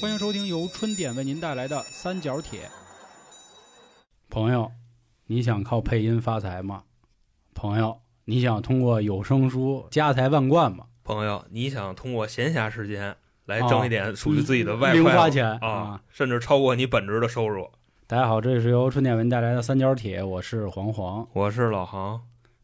欢迎收听由春点为您带来的《三角铁》。朋友，你想靠配音发财吗？朋友，你想通过有声书家财万贯吗？朋友，你想通过闲暇时间来挣一点属于自己的外哦零快花钱啊，！甚至超过你本职的收入。大家好，这里是由春点为您带来的《三角铁》，我是黄黄我是老航，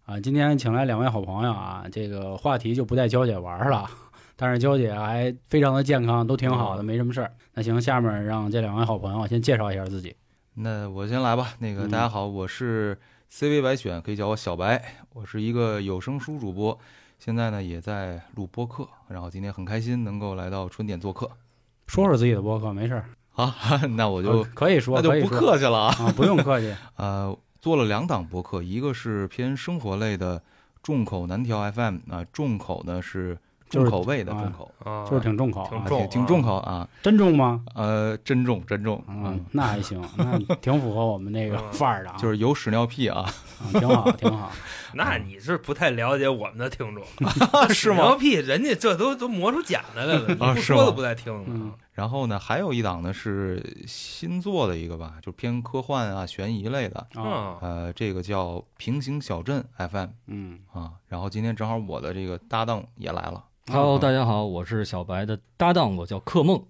啊。今天请来两位好朋友啊，这个话题就不带娇姐玩了，但是娇姐还非常的健康，都挺好的，嗯没什么事儿。那行，下面让这两位好朋友啊先介绍一下自己。那我先来吧。那个嗯大家好，我是 CV 白选，可以叫我小白。我是一个有声书主播，现在呢也在录播客。然后今天很开心能够来到春点做客。 说说自己的播客，没事儿，好，那我就、可以说，那就可以不说客气了啊。啊，不用客 气。呃，做了两档播客，一个是偏生活类的众口难调 FM 啊、众口呢是就是重口味的啊众口，啊，就是挺重口、啊，挺啊重挺挺重口啊。真重吗？呃，真重真重，嗯嗯，，那还行，那挺符合我们那个嗯范儿的啊，就是有屎尿屁啊，啊挺好，挺好。啊那你是不太了解我们 的听众， 是吗牛？屁，人家这都都磨出茧子来了，你不啊是说都吗不带听嗯呢。然后呢，还有一档呢是新做的一个吧，就偏科幻啊、悬疑类的，啊，啊，呃，这个叫《平行小镇 FM》嗯，啊。然后今天正好我的这个搭档也来了， Hello，大家嗯好，我是小白的搭档，我叫克梦。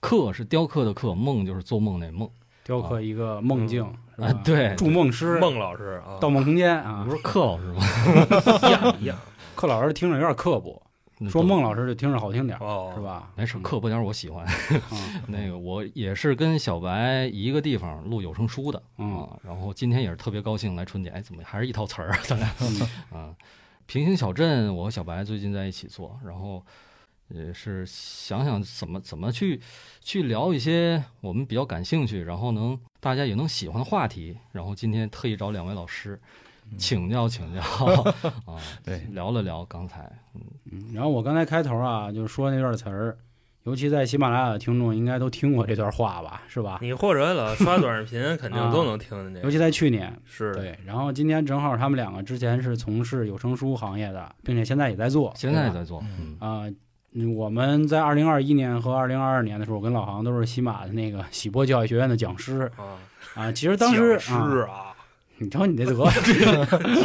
克是雕刻的刻，梦就是做梦那梦雕刻一个梦境是吧啊，对，筑梦师，《孟老师啊，盗梦空间》啊不，是克老师 吗？一样一样克老师听着有点刻薄，嗯说孟老师就听着好听点儿， 哦，是？吧？没事，嗯刻薄点儿我喜欢。啊 那个我也是跟小白一个地方录有声书的嗯啊，然后今天也是特别高兴来春节，哎，怎么还是一套词儿啊？咱俩嗯 啊，平行小镇，我和小白最近在一起做，然后也是想想怎么怎么去去聊一些我们比较感兴趣，然后能大家也能喜欢的话题。然后今天特意找两位老师嗯请教请教 啊，对，聊了聊刚才，嗯然后我刚才开头啊，就说那段词儿，尤其在喜马拉雅的听众应该都听过这段话吧，是吧？你或者老刷短视频，肯定都能听见尤这。其在去年，是的，对，然后今天正好他们两个之前是从事有声书行业的，并且现在也在做，现在对吧在做，嗯，啊、嗯我们在二零二一年和二零二二年的时候，我跟老航都是西马的那个喜波教育学院的讲师啊，啊、其实当时讲师啊，啊，你瞧你这 德行，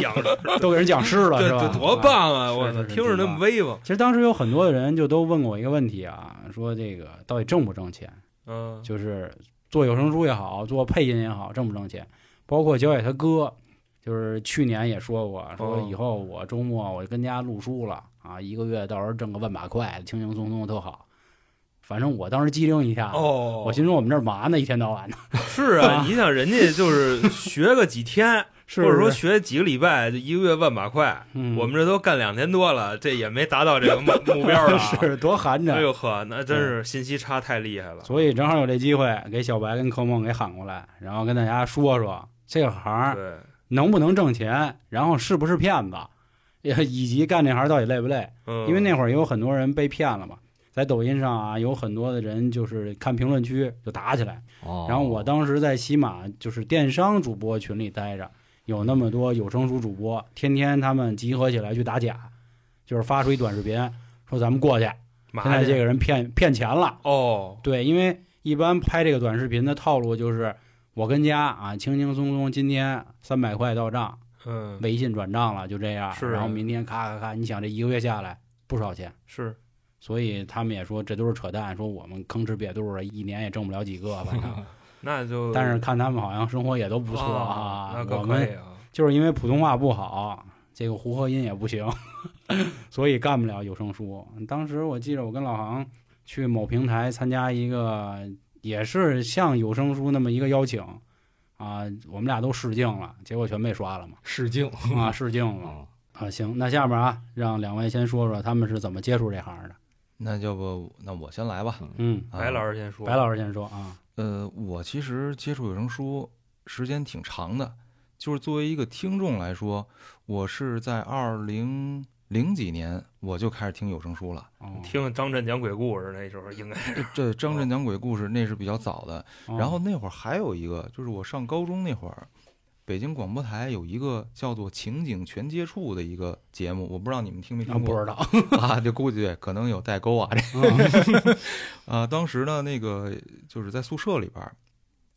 讲师，都给人讲师了这是吧？这多啊！棒啊！是我是操，是听着挺那棒么威风。其实当时有很多的人就都问过我一个问题啊，说这个到底挣不挣钱？嗯，就是做有声书也好，做配音也好，挣不挣钱？包括焦野他哥，就是去年也说过，说哦以后我周末我就跟家录书了啊，一个月到时候挣个万把块，轻轻松松的特好。反正我当时机灵一下，哦，我心说我们这儿嘛呢，一天到 晚的，是啊，你想人家就是学个几天， 是嗯或者说学几个礼拜，就一个月万把块，我们这都干两年多了，这也没达到这个 目目标啊。是多寒哎碜。呦呵，那真是信息差太厉害了。所以正好有这机会，给小白跟柯梦给喊过来，然后跟大家说说这个行儿对，能不能挣钱，然后是不是骗子， 也以及干这行到底累不累。嗯，因为那会儿也有很多人被骗了嘛，在抖音上啊，有很多的人就是看评论区就打起来。哦，然后我当时在西马就是电商主播群里待着，有那么多有声书主播，天天他们集合起来去打假，就是发出一短视频说咱们过去，嘛现在这个个人骗骗钱了。哦，对，因为一般拍这个短视频的套路就是我跟家啊轻轻松松，今天三百块到账，嗯，微信转账了，就这样。是然后明天咔咔咔，你想这一个月下来不少钱，是所以嗯他们也说这都是扯淡，说我们吭哧瘪肚的，一年也挣不了几个，反 正。那就但是看他们好像生活也都不错啊，那可我可以们啊。就是因为普通话不好，这个胡和音也不行， 所以干不了有声书。当时我记得我跟老航去某平台参加一个，也是像有声书那么一个邀请啊，我们俩都试镜了，结果全被刷了嘛试镜 啊，试镜了啊，啊。行，那下面啊，让两位先说说他们是怎么接触这行的。那要不那我先来吧。嗯，啊白老师先说，白老师先说啊，呃，我其实接触有声书时间挺长的，就是作为一个听众来说，我是在二零零几年我就开始听有声书了。哦、听张震讲鬼故事那时候应该这这张震讲鬼故事那是比较早的，哦然后那会儿还有一个就是我上高中那会儿，北京广播台有一个叫做《情景全接触》的一个节目，我不知道你们听没啊听不过知道， 啊？就估计可能有代 沟啊。这 嗯啊，当时呢，那个就是在宿舍里边儿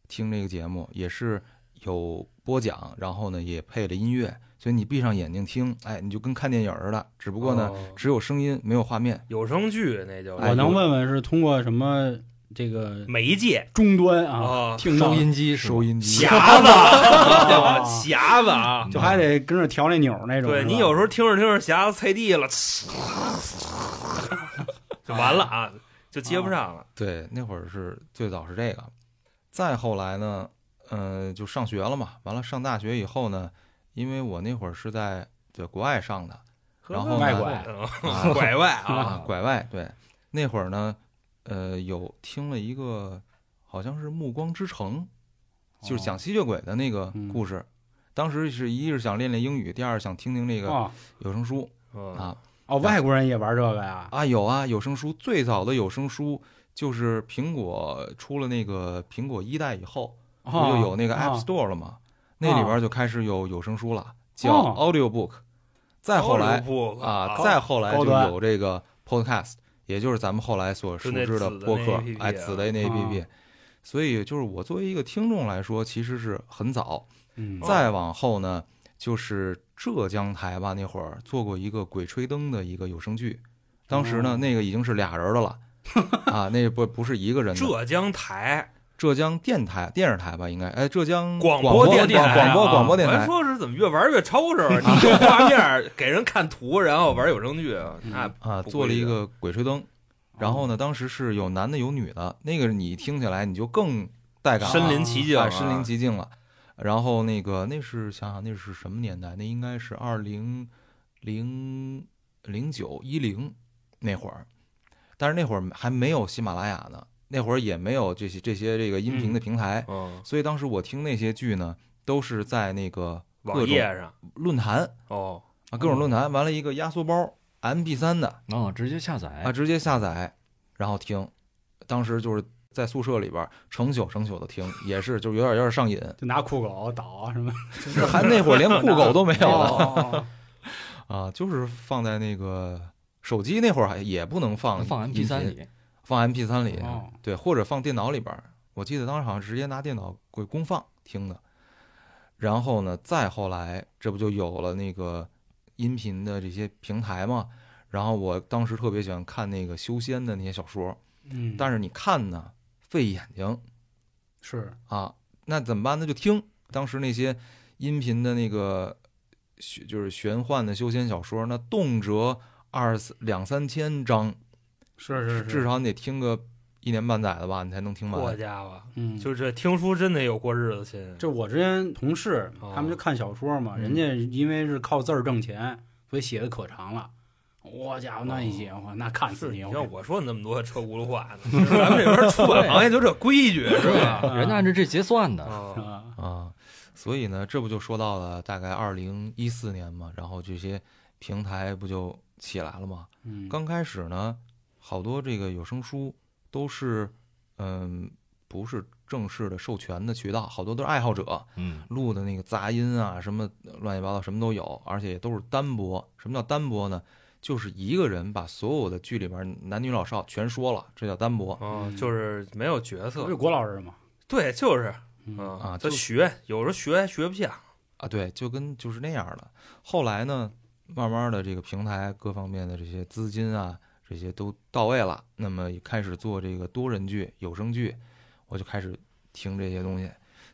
听这个节目，也是有播讲，然后呢也配了音乐，所以你闭上眼睛听，哎，你就跟看电影儿似的，只不过呢、哎哦只有声音没有画面。有声剧那就我能问问是通过什么这个媒介终端啊？啊， 听到收的音机是吧哦收音机，匣 啊子，匣子啊，就还得跟着调那钮儿那种。对是吧你有时候听着听着匣子菜地 了，呲就完了啊，就接不上了。对，那会儿是最早是这个，再后来呢，嗯，就上学了嘛。完了上大学以后呢，因为我那会儿是在在国外上的然后呢外拐嗯 拐外啊，啊，拐外对，那会儿呢，呃，有听了一个好像是《暮光之城》，就是讲吸血鬼的那个哦嗯故事。当时是一是想练练英语，第二想听听这个哦有声书、嗯啊哦，外国人也玩这个呀？啊有啊有声书最早的有声书就是苹果出了那个苹果一代以后，不哦啊就有那个哦 App Store 了吗？那里边就开始有有声书了，叫哦 Audiobook。再后来不啊，再后来高就端有这个 Podcast，也就是咱们后来所熟知就那的紫的播那客 APP，哎，紫的那啊 APP。所以就是我作为一个听众来说，其实是很早。嗯，再往后呢，就是浙江台吧，那会儿做过一个《鬼吹灯》的一个有声剧，当时哦呢，那个已经是俩人 的了啊，那不不是一个人的。浙江台浙江电台电视台吧，应该哎，浙江广播电广台啊，广播广播电我台还，说是怎么越玩越抽着，你有画面给人看图，然后玩有声剧，那啊，不做了规一矩个鬼吹灯，然哦后呢，当时是有男的有女的，那个你听起来你就更带感了，身临其境啊啊，身临其境了。然后那个那是想想那是什么年代？那应该是二零零零九一零那会儿，但是那会儿还没有喜马拉雅呢，那会儿也没有这些这些这个音频的平台，嗯，所以当时我听那些剧呢，都是在那个网各页种上论坛哦，啊，各种论坛，完了一个压缩包 M P 三的。啊，直接下载哎啊，直接下载，然后听。当时就是在宿舍里边儿成宿成宿的听，也是就有点有点上瘾，就拿酷狗啊倒什么哦这 还那 会儿连酷狗都没有了哦了。啊，就是放在那个手机那会儿还也不能放放音 MP 三频里。放 M P 三里，啊哦对，或者放电脑里边儿。我记得当时好像直接拿电脑给公放听的。然后呢，再后来，这不就有了那个音频的这些平台嘛？然后我当时特别喜欢看那个修仙的那些小说，嗯，但是你看呢费眼睛是啊，那怎么办呢？就听当时那些音频的那个玄就是玄幻的修仙小说，那动辄二三两三千章，是是是，至少你得听个一年半载的吧，你才能听好 完。家伙，嗯，就这听书真得有过日子心，就我之前同事哦，他们就看小说嘛，嗯人家因为是靠字儿挣钱，所以写的可长了。我家伙，那一写，我那看啊是死你你！像我说那么多车轱辘话呢，就是咱们这 边出版行业就这规矩是吧？啊人家按照这结算的，啊，啊，啊，所以呢，这不就说到了大概二零一四年嘛，然后这些平台不就起来了吗？嗯，刚开始呢，好多这个有声书都是，嗯，不是正式的授权的渠道，好多都是爱好者嗯，录的那个杂音啊，什么乱七八糟，什么都有，而且都是单播。什么叫单播呢？就是一个人把所有的剧里边男女老少全说了，这叫单播哦，就是没有角这色不嗯是，郭老师 吗？对，就是，嗯嗯啊他就学有时候学学不像，啊。对，就跟就是那样的。后来呢，慢慢的这个平台各方面的这些资金啊，这些都到位了，那么也开始做这个多人剧、有声剧，我就开始听这些东西，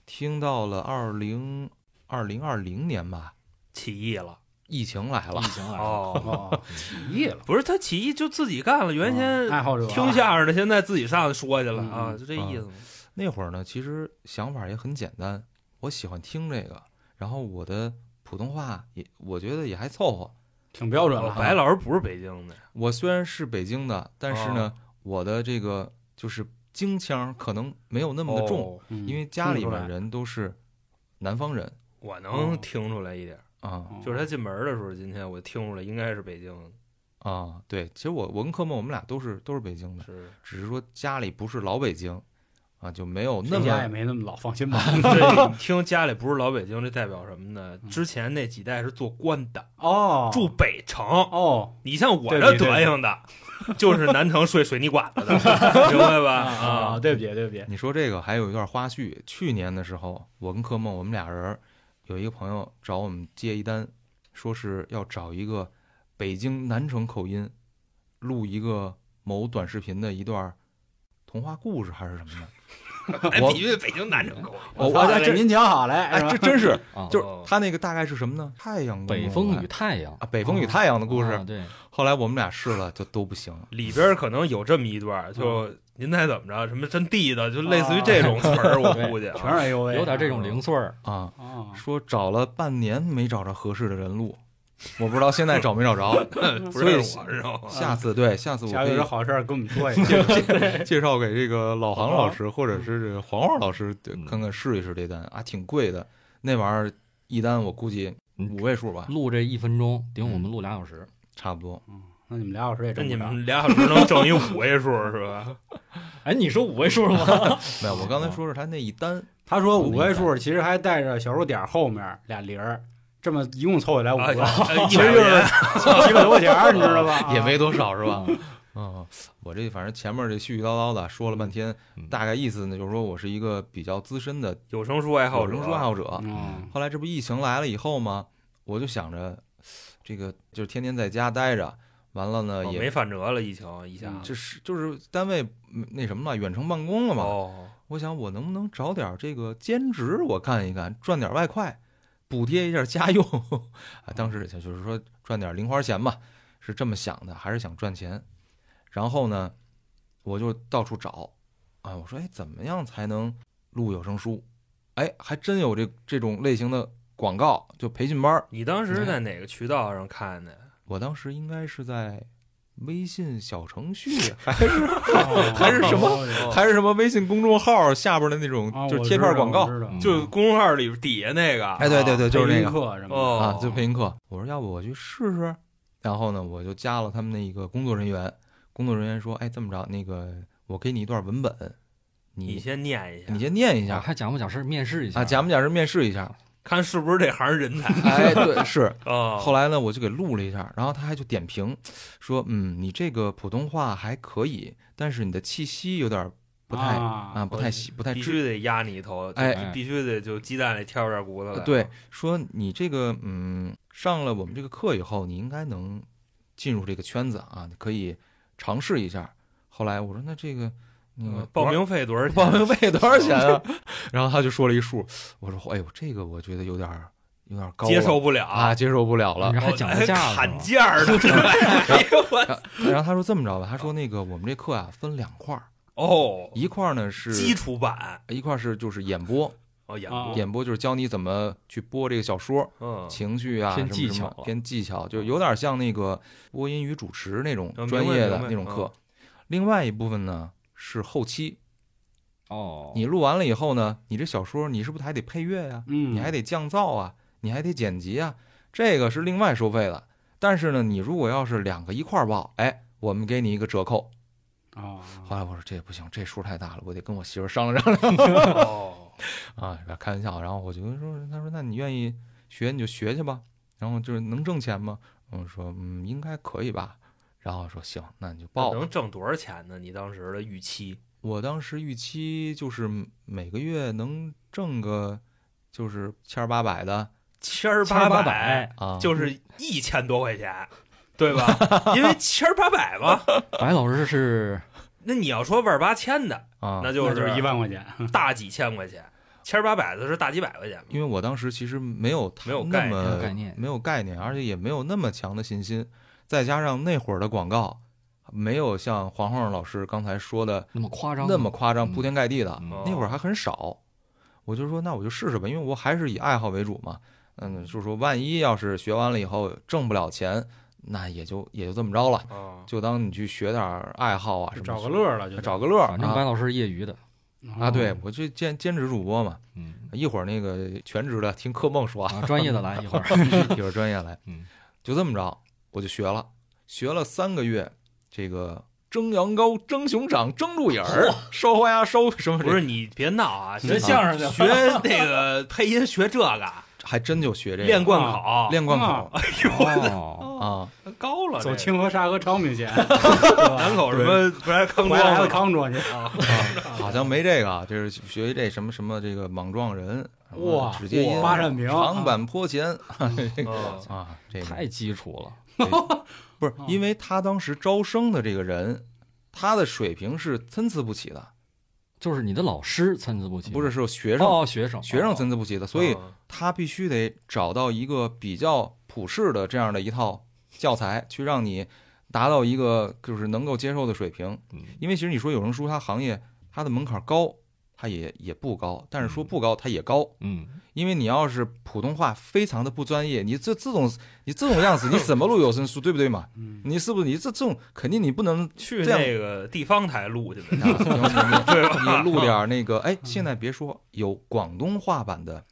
听到了二零二零二零年吧，起义了疫情来了疫，情啊来了，哦，哦，起义了，不是他起义就自己干了，嗯原先爱好者听相声的，现在自己上去说去了嗯啊，嗯就这意思嘛。那会儿呢，其实想法也很简单，我喜欢听这个，然后我的普通话也我觉得也还凑合。挺标准哦了。白老师不是北京的，我虽然是北京的，但是呢，哦我的这个就是京腔儿可能没有那么的重，哦，嗯，因为家里听不出面来人都是南方人我能听出来一点，啊哦就是他进门的时候，今天我听出来应该是北京的，啊，嗯对，其实我我跟科梦我们俩都是都是北京的，是 只是说家里不是老北京，啊，就没有那谁家也么没那么老放心 吧？这你听家里不是老北京，这代表什么呢？之前那几代是做官的，嗯哦，住北城。哦，你像我对这对对德行 的，就是南城睡水泥管子的，明白吧？啊，啊，对不起，对不起，你说这个还有一段花絮，去年的时候，我跟柯梦我们俩人儿有一个朋友找我们接一单，说是要找一个北京南城口音，录一个某短视频的一段童话故事还是什么的。哎，我比喻北京南城狗。我操我哎这这您讲好嘞，哎是，吧这真是啊，就是哦他那个大概是什么呢？太阳公北公风来与太阳啊，北风与太阳的故啊事。对，后来我们俩试了，就都不行。里边可能有这么一段，就嗯您猜怎么着？什么真地的，啊就类似于这种词儿，我估计啊全是 A O A，有点这种零碎儿，啊，啊，说找了半年没找着合适的人录，我不知道现在找没找着。 不认识我，知道啊 吗？下次对，下次我啊下可回有以点好事儿跟我们说一下。 介绍给这个老杭老师或者是这个黄黄老师，嗯对看看试一试这单啊，挺贵的，那玩意儿一单我估计嗯五位数吧，录这一分钟顶我们录俩小时，差不 多。那你们俩小时也那挣你不着，们俩小时能整一五位数是 吧？哎，你说五位数 了吗？没有，我刚才说是他那一单，他说五位数，其实还带着小数点后面俩零儿，这么一共凑起来五啊，个， 哎一其实百就是元七百多块钱儿，你知道啊吧？也没多少 是吧？嗯嗯，我这反正前面这絮絮叨叨的说了半天，嗯大概意思呢就是说我是一个比较资深的有声书爱好有者，啊声书爱好者。嗯，后来这不疫情来了以后嘛，我就想着这个就是天天在家待着，完了呢哦也没反折了，疫情一下嗯就是就是单位嗯那什么了，远程办公了嘛。哦，我想我能不能找点这个兼职，我干一干，赚点外快，补贴一下家用 啊。当时就是说赚点零花钱嘛，是这么想的，还是想赚钱。然后呢，我就到处找啊，我说哎，怎么样才能录有声书？哎，还真有这这种类型的广告，就培训班儿。你当时在哪个渠道上看的？我当时应该是在微信小程序还是 还是什么么还是什么微信公众号下边的那种，啊，就是贴片广告。嗯就是公众号里底下那个，哎，对对啊对，就是那个。课什么的哦啊，就配音课。我说要不我去试试，然后呢，我就加了他们那个工作人员。工作人员说，哎，这么着，那个我给你一段文本，你你先念一下，你先念一啊下还讲不讲事儿面试一下啊，假不假是面试一下。看是不是这行人 才哎，对，是。啊？后来呢，我就给录了一下，然后他还就点评说，嗯，你这个普通话还可以，但是你的气息有点不太啊，不太喜，不太必知。须得压你一头，哎就必须得就鸡蛋里挑点骨头来。呃啊对，说你这个嗯，上了我们这个课以后，你应该能进入这个圈子啊，你可以尝试一下。后来我说那这个那个嗯，报名费多少钱？报名费多少钱啊？ 然后他就说了一数，我说哎呦，这个我觉得有点儿有点儿高了，接受不了啊，，接受不了了。然后还讲了价哦哎是吧砍价儿 的，哎呦我然后他说这么着吧，他说那个我们这课啊分两块儿，哦，一块儿呢是基础版一块儿是就是演播，哦，演啊过，演播就是教你怎么去播这个小说，嗯，情绪啊，偏什么技什么巧了偏技巧，就有点像那个播音与主持那种啊明白专业的明白那种课。另外一部分呢是后期，哦，你录完了以后呢，你这小说你是不是还得配乐呀、嗯，你还得降噪啊，你还得剪辑啊，这个是另外收费的。但是呢，你如果要是两个一块儿报，哎，我们给你一个折扣。啊，后来我说这也不行，这数太大了，我得跟我媳妇儿商量商量哦， 啊，开玩笑。然后我就跟说，他说那你愿意学你就学去吧，然后就是能挣钱吗？我说嗯，应该可以吧。然后说行，那你就报吧。能挣多少钱呢？你当时的预期我当时预期就是每个月能挣个就是千儿八百的千儿千八百，，啊，就是一千多块钱，对 吧？因为千儿八百嘛。白老师是那你要说万八千的，啊那，那就就是一万块钱，大几千块钱，千儿八百的是大几百块钱嘛。因为我当时其实没有没有那概念没么有概念，没有概念，而且也没有那么强的信心，再加上那会儿的广告没有像黄黄老师刚才说的那么夸张吗，那么夸张，嗯铺天盖地的。嗯哦那会儿还很少，我就说那我就试试吧，因为我还是以爱好为主嘛。嗯，就是说万一要是学完了以后挣不了钱，那也就也就这么着了，啊，就当你去学点儿爱好啊什就么，找个乐儿了，就找个乐儿反正白嗯啊老师是业余的，啊！对，我这兼兼职主播嘛，嗯一会儿那个全职的听柯梦说啊，啊，专业的来一 会儿， 一会儿专业来，嗯，就这么着我就学了，学了三个月，这个蒸羊羔、蒸熊掌、蒸鹿眼儿、烧花鸭、烧什么？不是你别闹啊，学像声学 那个配音学这个，还真就学这个练贯口，呃练贯口哦，啊，高了，哦走清清河沙河昌平 县，南南口什么不然坑回来了庄康庄去。啊，好像没这个啊，这是学这什么什么这个莽撞人什么哇指尖音、八扇屏长坂坡前嗯啊，这个太基础了。不是啊因为他当时招生的这个人，他的水平是参差不齐的，就是你的老师参差不齐，不是是有学生哦，学生学生参差不齐的， 所以嗯他必须得找到一个比较普适的这样的一套教材，去让你达到一个就是能够接受的水平。嗯因为其实你说有声书，它行业它的门槛高，它也也不高，但是说不高它也高，嗯，因为你要是普通话非常的不专业，你这这种你这种样子，你怎么录有声书，对不对嘛？嗯，你是不是你这这种肯定你不能去这样那个地方台录去呗，你录点儿那个，哎，现在别说有广东话版的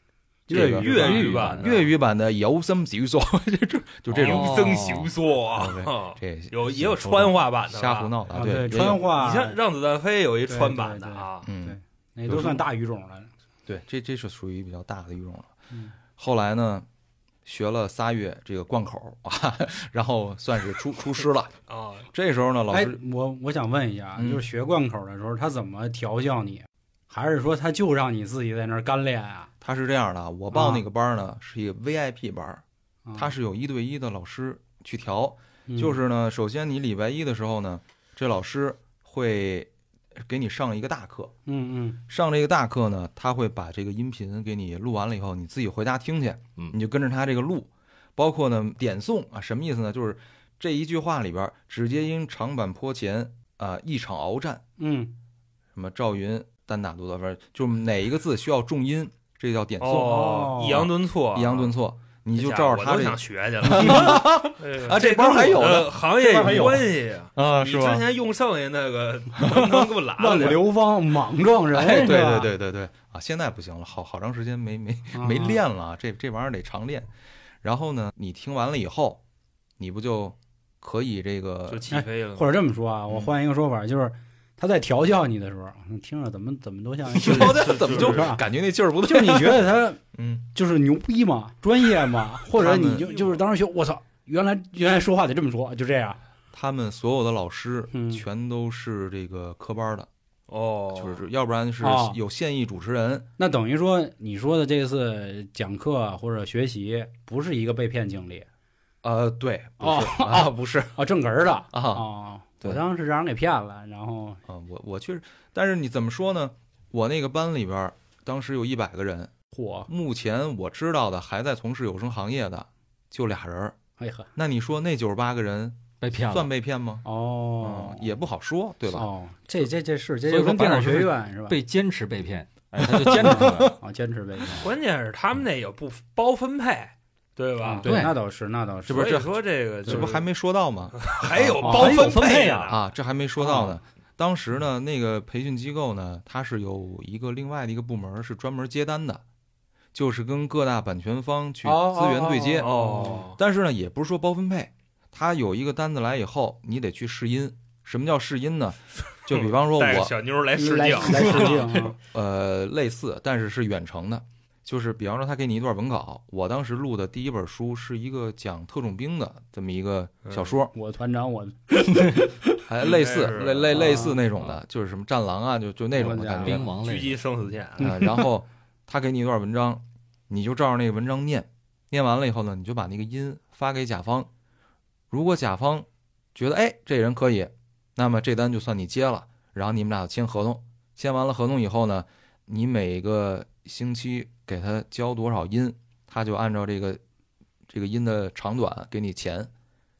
这个粤粤语语吧，粤语版的有声小说， 就这就这种，哦增形说啊，这有也有川话版的吧，瞎胡闹的，啊对，也有川话啊你像《让子弹飞》有一川版的啊，嗯，那都算大语种了。对，这这是属于比较大的语种了。嗯后来呢，学了仨月这个贯口啊， 然后算是出出师了。啊，这时候呢，老哎师，我我想问一下，啊嗯就是学贯口的时候，他怎么调教你？还是说他就让你自己在那儿干练啊？他是这样的啊，我报那个班儿呢是一个 VIP 班儿，啊他是有一对一的老师去调。嗯就是呢，首先你礼拜一的时候呢，这老师会给你上一个大课，嗯嗯上这个大课呢，他会把这个音频给你录完了以后，你自己回家听去，嗯你就跟着他这个录，包括呢点诵啊，什么意思呢？就是这一句话里边，直接因长坂坡前啊、一场鏖战，嗯什么赵云单打独斗，反正就是哪一个字需要重音，这叫点诵，哦，抑扬顿挫，哎抑扬顿挫，你就照着我他都这想学 去了 哎嗯啊，这班还有呢呃行业这边还有关系啊。啊你之？前用剩下那个能不能给我 拉万过里来？流芳，莽撞人，哎，对是吧对，对对对啊，现在不行了，好好长时间没没啊没练了啊，这这玩意儿得常练。然后呢，你听完了以后，你不就可以这就个起飞了，或者这么说啊，我嗯换一个说法，就是他在调教你的时候，听着怎么怎么都 像，就调的怎么就是啊感觉那劲儿不对？是你觉得他嗯，就是牛逼嘛，专业嘛，或者你他就们就是当时学，我操，原来原来说话得这么说，啊就这样，他们所有的老师嗯全都是这个科班的，哦，就是要不然是哦有现役主持人，那等于说你说的这次讲课或者学习，不是一个被骗经历呃，对，不哦 是啊，不是啊，正根儿的啊，啊，对我当时让人给骗了，然后啊，我我确实，但是你怎么说呢？我那个班里边儿当时有一百个人，嚯，目前我知道的还在从事有声行业的就俩人儿，哎呵，那你说那九十八个人被骗了算。被骗吗？哦嗯，也不好说，对吧？哦，这这这是这所以就说跟电白影老师学院是吧？被坚持被骗，哎，他就坚持出来了。啊，坚持被骗。关键是他们那也不包分配，对吧？对，对那倒是，那倒是，嗯这不是所以说这个就这不还没说到吗？还有啊包还有分配配呢啊啊，这还没说到呢。当时呢，那个培训机构呢，它是有一个另外的一个部门是专门接单的，就是跟各大版权方去哦资源对接。哦，但是呢，也不是说包分配，它有一个单子来以后，你得去试音。什么叫试音呢？就比方说 带着我小妞来试来镜，来试 镜啊，呃类似，但是是远程的。就是比方说，他给你一段文稿，我当时录的第一本书是一个讲特种兵的这么一个小说，我团长，我还类似嗯应该是类类啊类似那种的，就是什么战狼啊，就就那种的我家感觉 兵。王狙类击生死线， 啊，然后他给你一段文章，你就照着那个文章念，念完了以后呢，你就把那个音发给甲方。如果甲方觉得哎这人可以，那么这单就算你接了，然后你们俩签合同。签完了合同以后呢，你每个星期给他交多少音，他就按照这个这个音的长短给你钱，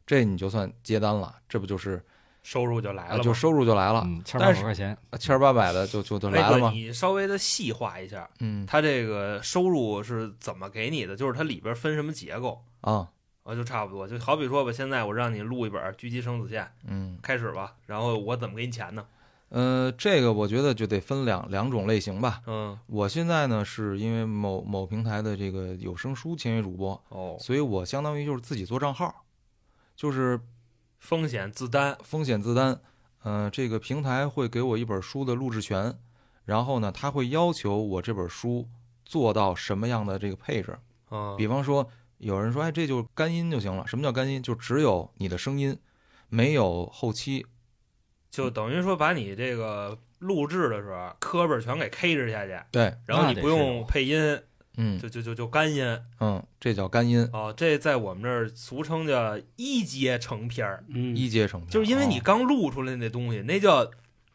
这你就算接单了，这不就是收入就来啊了嘛。就收入就来了。嗯，千八但百是块钱，啊，千儿八百的就就就来哎了哥，嘛。你稍微的细化一下，嗯它这个收入是怎么给你的？就是它里边分什么结构啊，啊，就差不多。就好比说吧，现在我让你录一本《狙击生死线》，嗯开始吧，然后我怎么给你钱呢？呃，这个我觉得就得分两两种类型吧。嗯，我现在呢是因为某某平台的这个有声书签约主播，哦，所以我相当于就是自己做账号，就是风险自担，风险自担。呃，这个平台会给我一本书的录制权，然后呢，他会要求我这本书做到什么样的这个配置。啊，比方说，有人说，哎，这就干音就行了。什么叫干音？就只有你的声音，没有后期。就等于说把你这个录制的时候啊磕巴全给 K 制下去，对，然后那你得不是用配音，嗯就就就就干音嗯，这叫干音，啊，这在我们这儿俗称叫一阶成片儿，嗯，一阶成片，就是因为你刚录出来那东西，那叫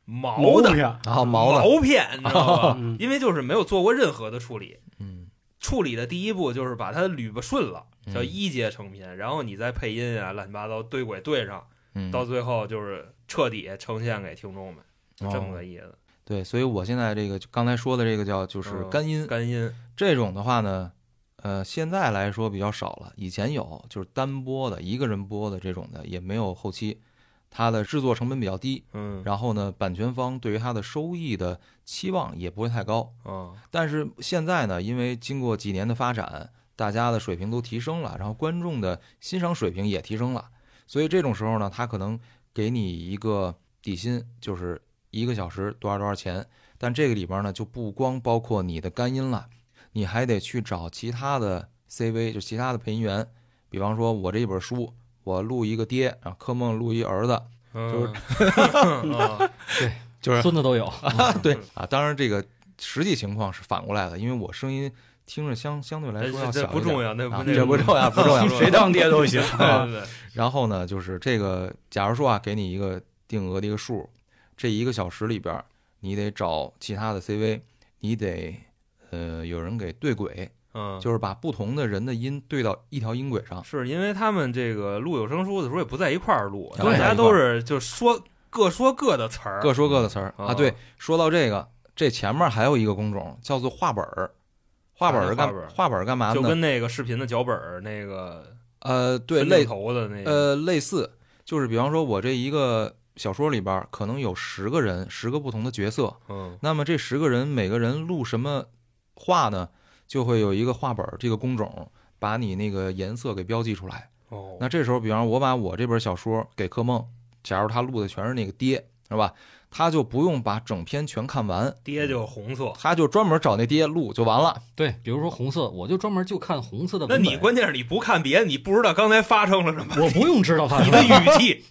毛毛的片，啊毛的，毛片，你知道吧？嗯因为就是没有做过任何的处理，嗯，处理的第一步就是把它捋不顺了，嗯叫一阶成片，然后你再配音啊，乱七八糟对轨对上，嗯到最后就是彻底呈现给听众们，就这么哦个意思。对，所以我现在这个就刚才说的这个叫就是嗯干音，干音这种的话呢，呃，现在来说比较少了，以前有，就是单播的一个人播的这种的，也没有后期，它的制作成本比较低，嗯然后呢，版权方对于它的收益的期望也不会太高。啊但是现在呢，因为经过几年的发展，大家的水平都提升了，然后观众的欣赏水平也提升了，所以这种时候呢，他可能给你一个底薪，就是一个小时多少多少钱，但这个里边呢，就不光包括你的干音了，你还得去找其他的 CV，就其他的配音员，比方说我这一本书，我录一个爹，然后柯梦录一儿子， 嗯 啊就是孙子都有。对嗯啊，当然这个实际情况是反过来的，因为我声音听着相相对来说这要哎这小不一点重。要，那啊不这不重要，不重要。谁当爹都行。要对对对，然后呢，就是这个，假如说啊，给你一个定额的一个数，这一个小时里边儿，你得找其他的 CV，你得呃有人给对轨，嗯，就是把不同的人的音对到一条音轨上。是因为他们这个录有声书的时候也不在一块儿录，对大家都是就说各说各的词儿，各说各的词儿哦啊。对，说到这个，这前面还有一个工种叫做画本儿，画本儿画干本儿画本儿干嘛就呢？跟那个视频的脚本儿那个呃，对，分类头的那个，呃，类似，就是比方说，我这一个小说里边儿可能有十个人，十个不同的角色。嗯那么这十个人每个人录什么画呢？就会有一个画本儿这个工种，把你那个颜色给标记出来。哦，那这时候，比方说我把我这本小说给柯梦，假如他录的全是那个爹，是吧？他就不用把整篇全看完，爹就是红色，他就专门找那爹录就完了。对，比如说红色，我就专门就看红色的那文本。你关键是你不看别的，你不知道刚才发生了什么，我不用知道发你生的了，语气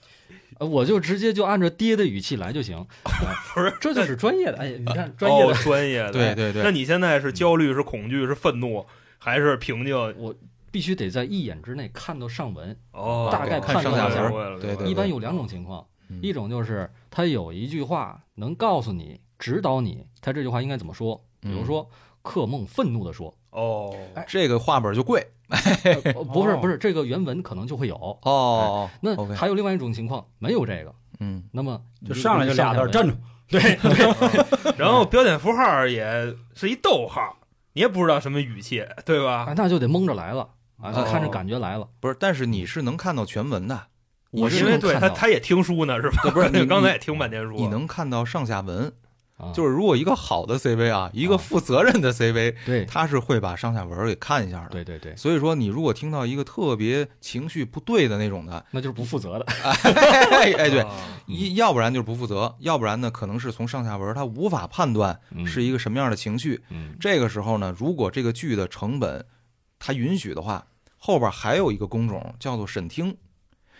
呃我就直接就按照爹的语气来就行。啊不是这就是专业的，哎，你看专业 的哦，专业的，对对对那你现在是焦虑，是恐惧，是愤怒，还是平静？我必须得在一眼之内看到上文。哦，大概看明上白了下文明白了对对一般有两种情况，嗯一种就是他有一句话能告诉你、指导你，他这句话应该怎么说。比如嗯说，克梦愤怒地说哦，哎这个画本就贵：“呃不是不是，这个原文可能就会有。哦。”那 OK 还有另外一种情况，没有这个，嗯，那么你就上来就俩字下儿文站住，然后标点符号也是一逗号，你也不知道什么语气，对吧？啊，那就得蒙着来了啊，就看着哦感觉来了。不是，但是你是能看到全文的，我因是为能对看他到他也听书呢，是吧？不是你刚才你也听半天书，你能看到上下文。啊，就是如果一个好的 CV 啊，一个负责任的 CV，对他是会把上下文给看一下的。对对对，所以说，你如果听到一个特别情绪不对的那种的，那就是不负责的。哎哎，嗯对，啊，一要不然就是不负责，要不然呢，可能是从上下文他无法判断 嗯是一个什么样的情绪。嗯这个时候呢，如果这个剧的成本它允许的话，后边还有一个工种叫做审听。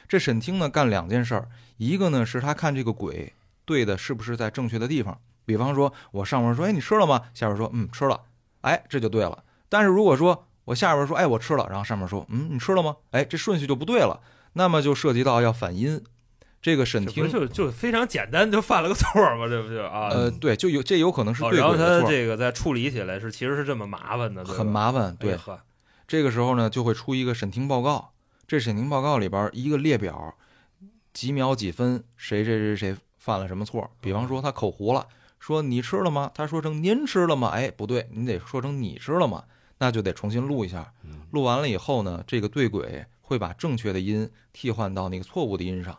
这审听呢干两件事儿，一个呢是他看这个鬼对的是不是在正确的地方，比方说我上面说哎你吃了吗？下边说嗯吃了，哎这就对了。但是如果说我下边说哎我吃了，然后上面说嗯你吃了吗？哎这顺序就不对了，那么就涉及到要反音。这个审这不听是就就非常简单，就犯了个错嘛，这不就啊？呃对就有这有可能是哦，对然后鬼的他错，这个再处理起来是其实是这么麻烦的，对吧很麻烦哎对。呵这个时候呢，就会出一个审听报告。这审听报告里边儿一个列表，几秒几分，谁谁谁谁犯了什么错。比方说他口胡了，说你吃了吗？他说成您吃了吗？哎，不对，你得说成你吃了吗？那就得重新录一下。嗯录完了以后呢，这个对轨会把正确的音替换到那个错误的音上，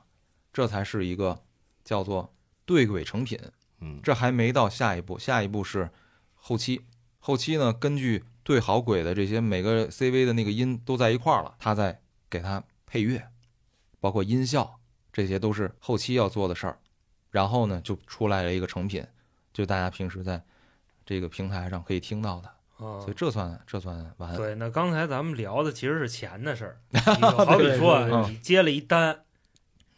这才是一个叫做对轨成品。嗯，这还没到下一步，下一步是后期。后期呢，根据对好轨的这些每个 CV 的那个音都在一块儿了，他再给它配乐，包括音效，这些都是后期要做的事儿。然后呢，就出来了一个成品，就大家平时在这个平台上可以听到的，啊所以这算这算完。对，那刚才咱们聊的其实是钱的事 儿，你就好比说对对啊对你接了一单，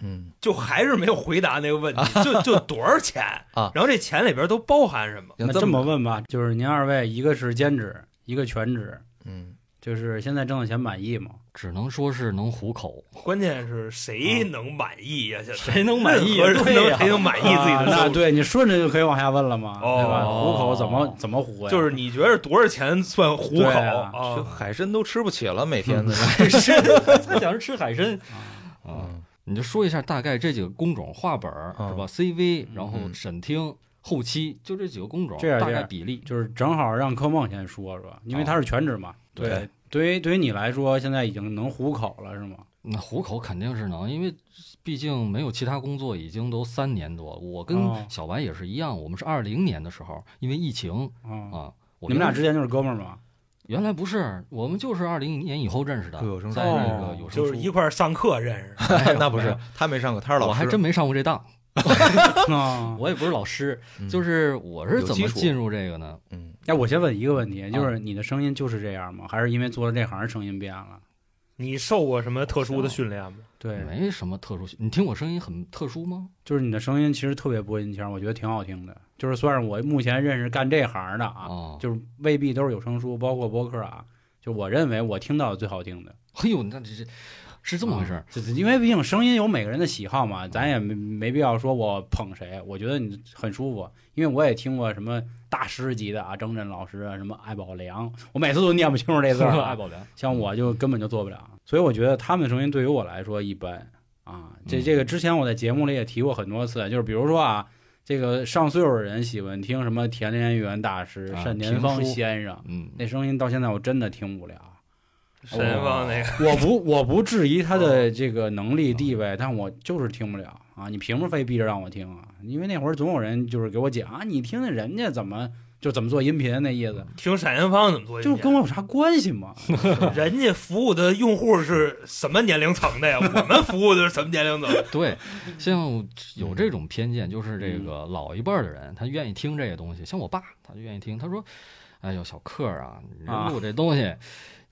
嗯，就还是没有回答那个问 题，就就多少钱啊然后这钱里边都包含什么？行那这这么着，问吧，就是您二位一个是兼职，一个全职，嗯，就是现在挣的钱满意吗？只能说是能糊口。关键是谁能满意呀、现在谁能满意啊任何人对呀能谁能满意自己啊的那收入？对你顺着就可以往下问了嘛，哦对吧？糊口怎么怎么糊呀？嗯就是你觉得多少钱算糊口对啊就啊？海参都吃不起了，每天 的。海参， 他想着吃海 参啊啊。嗯你就说一下大概这几个工种，画本儿嗯是吧？CV，然后嗯审听、后期，就这几个工种，这样大这概样比例。就是正好让柯梦先说说，因为他是全职哦嘛。对对，对于对于你来说，现在已经能糊口了是吗？那糊口肯定是能，因为毕竟没有其他工作，已经都三年多了。我跟哦小白也是一样，我们是二零年的时候，因为疫情啊，啊，我你们俩跟之间就是哥们儿 嘛？原来不是，我们就是二零年以后认识的各有声，在书那个有声书哦就是一块儿上课认识的，那 不是，嗯哎他没上过，他是老师。我还真没上过这当，啊，我也不是老师，嗯就是我是怎有基么础进入这个呢？嗯，哎，我先问一个问题，啊就是你的声音就是这样吗？还是因为做了这行声音变了？你受过什么特殊的训练吗？对，没什么特殊，你听我声音很特殊吗？就是你的声音其实特别播音腔，我觉得挺好听的。就是算是我目前认识干这行的啊，啊，就是未必都是有声书，包括播客啊，就我认为我听到的最好听的。嘿哎呦，那这这是这么回事儿啊？这这因为毕竟声音有每个人的喜好嘛，咱也没没必要说我捧谁，我觉得你很舒服，因为我也听过什么大师级的啊，张震老师啊，什么艾宝良，我每次都念不清楚这 字儿爱啊，宝良，像我就根本就做不了，所以我觉得他们的声音对于我来说一般啊。这这嗯个之前我在节目里也提过很多次，就是比如说啊，这个上岁数的人喜欢听什么田连元大师、啊单田芳评书先生，嗯，那声音到现在我真的听不了。沈元芳那个我 不我不质疑他的哦这个能力地位，但我就是听不了啊！你凭什么非逼着让我听啊？因为那会儿总有人就是给我讲啊，你听听人家怎么就怎么做音频那意思，嗯听沈元芳怎么做音就是频，跟我有啥关系嘛？人家服务的用户是什么年龄层的 呀？我们服务的是什么年 龄层？对，像有这种偏见，就是这个嗯老一辈儿的人，他愿意听这个东西。像我爸，他就愿意听，他说：“哎呦，小克儿啊，你这啊录这东西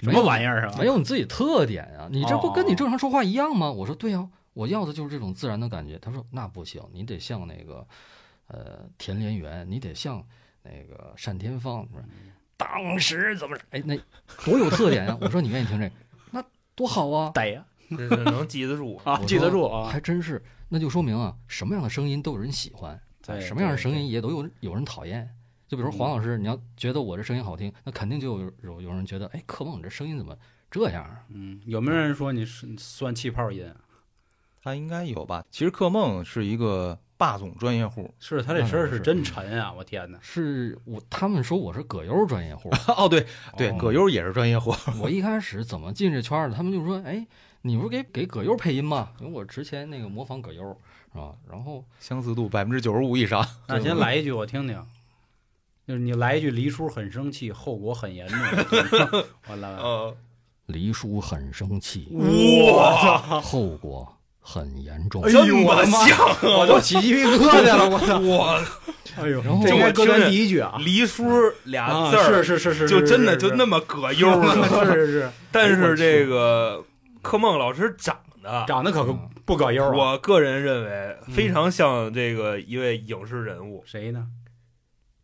什么玩意意儿啊？没有你自己特点啊，你这不跟哦你哦正常说话一样吗？”我说：“对呀、我要的就是这种自然的感觉。”他说：“那不行，你得像那个，呃，田连元，你得像那个单田芳。”我说：“嗯当时怎么着？哎，那多有特点啊！”我说：“你愿意听这， 那多好啊！”逮呀这这能记得住。啊，我记得说住啊！还真是，那就说明啊，什么样的声音都有人喜欢，对什么样的声哎对嗯音也都有有人讨厌。就比如说黄老师，你要觉得我这声音好听，那肯定就有有有人觉得，哎，柯梦你这声音怎么这样啊？嗯，有没有人说你是算气泡音啊？他应该有吧？其实克梦是一个霸总专业户。是他这声儿是真沉啊！我天哪！是我他们说我是葛优专业户， 哦，对对哦，葛优也是专业户。 我一开始怎么进这圈儿的？他们就说，哎，你不是给给葛优配音吗？因为我之前那个模仿葛优是吧？然后相似度百分之九十五以上。那先来一句我听听，就是你来一句黎叔很生气，后果很严重。 我来吧，呃，黎叔很 生气，哇，啊哎后果很严重。哎这么像，我都起鸡皮疙瘩了！我操！哇，哎呦，然后这应该就我歌听着单第一句啊，黎叔俩字是儿，是是是，就真的就那么么葛优了。是是是，但是这个柯梦老师长得，长得可不不搞腰啊。嗯我个人认为非常像这个一位影视人物谁呢？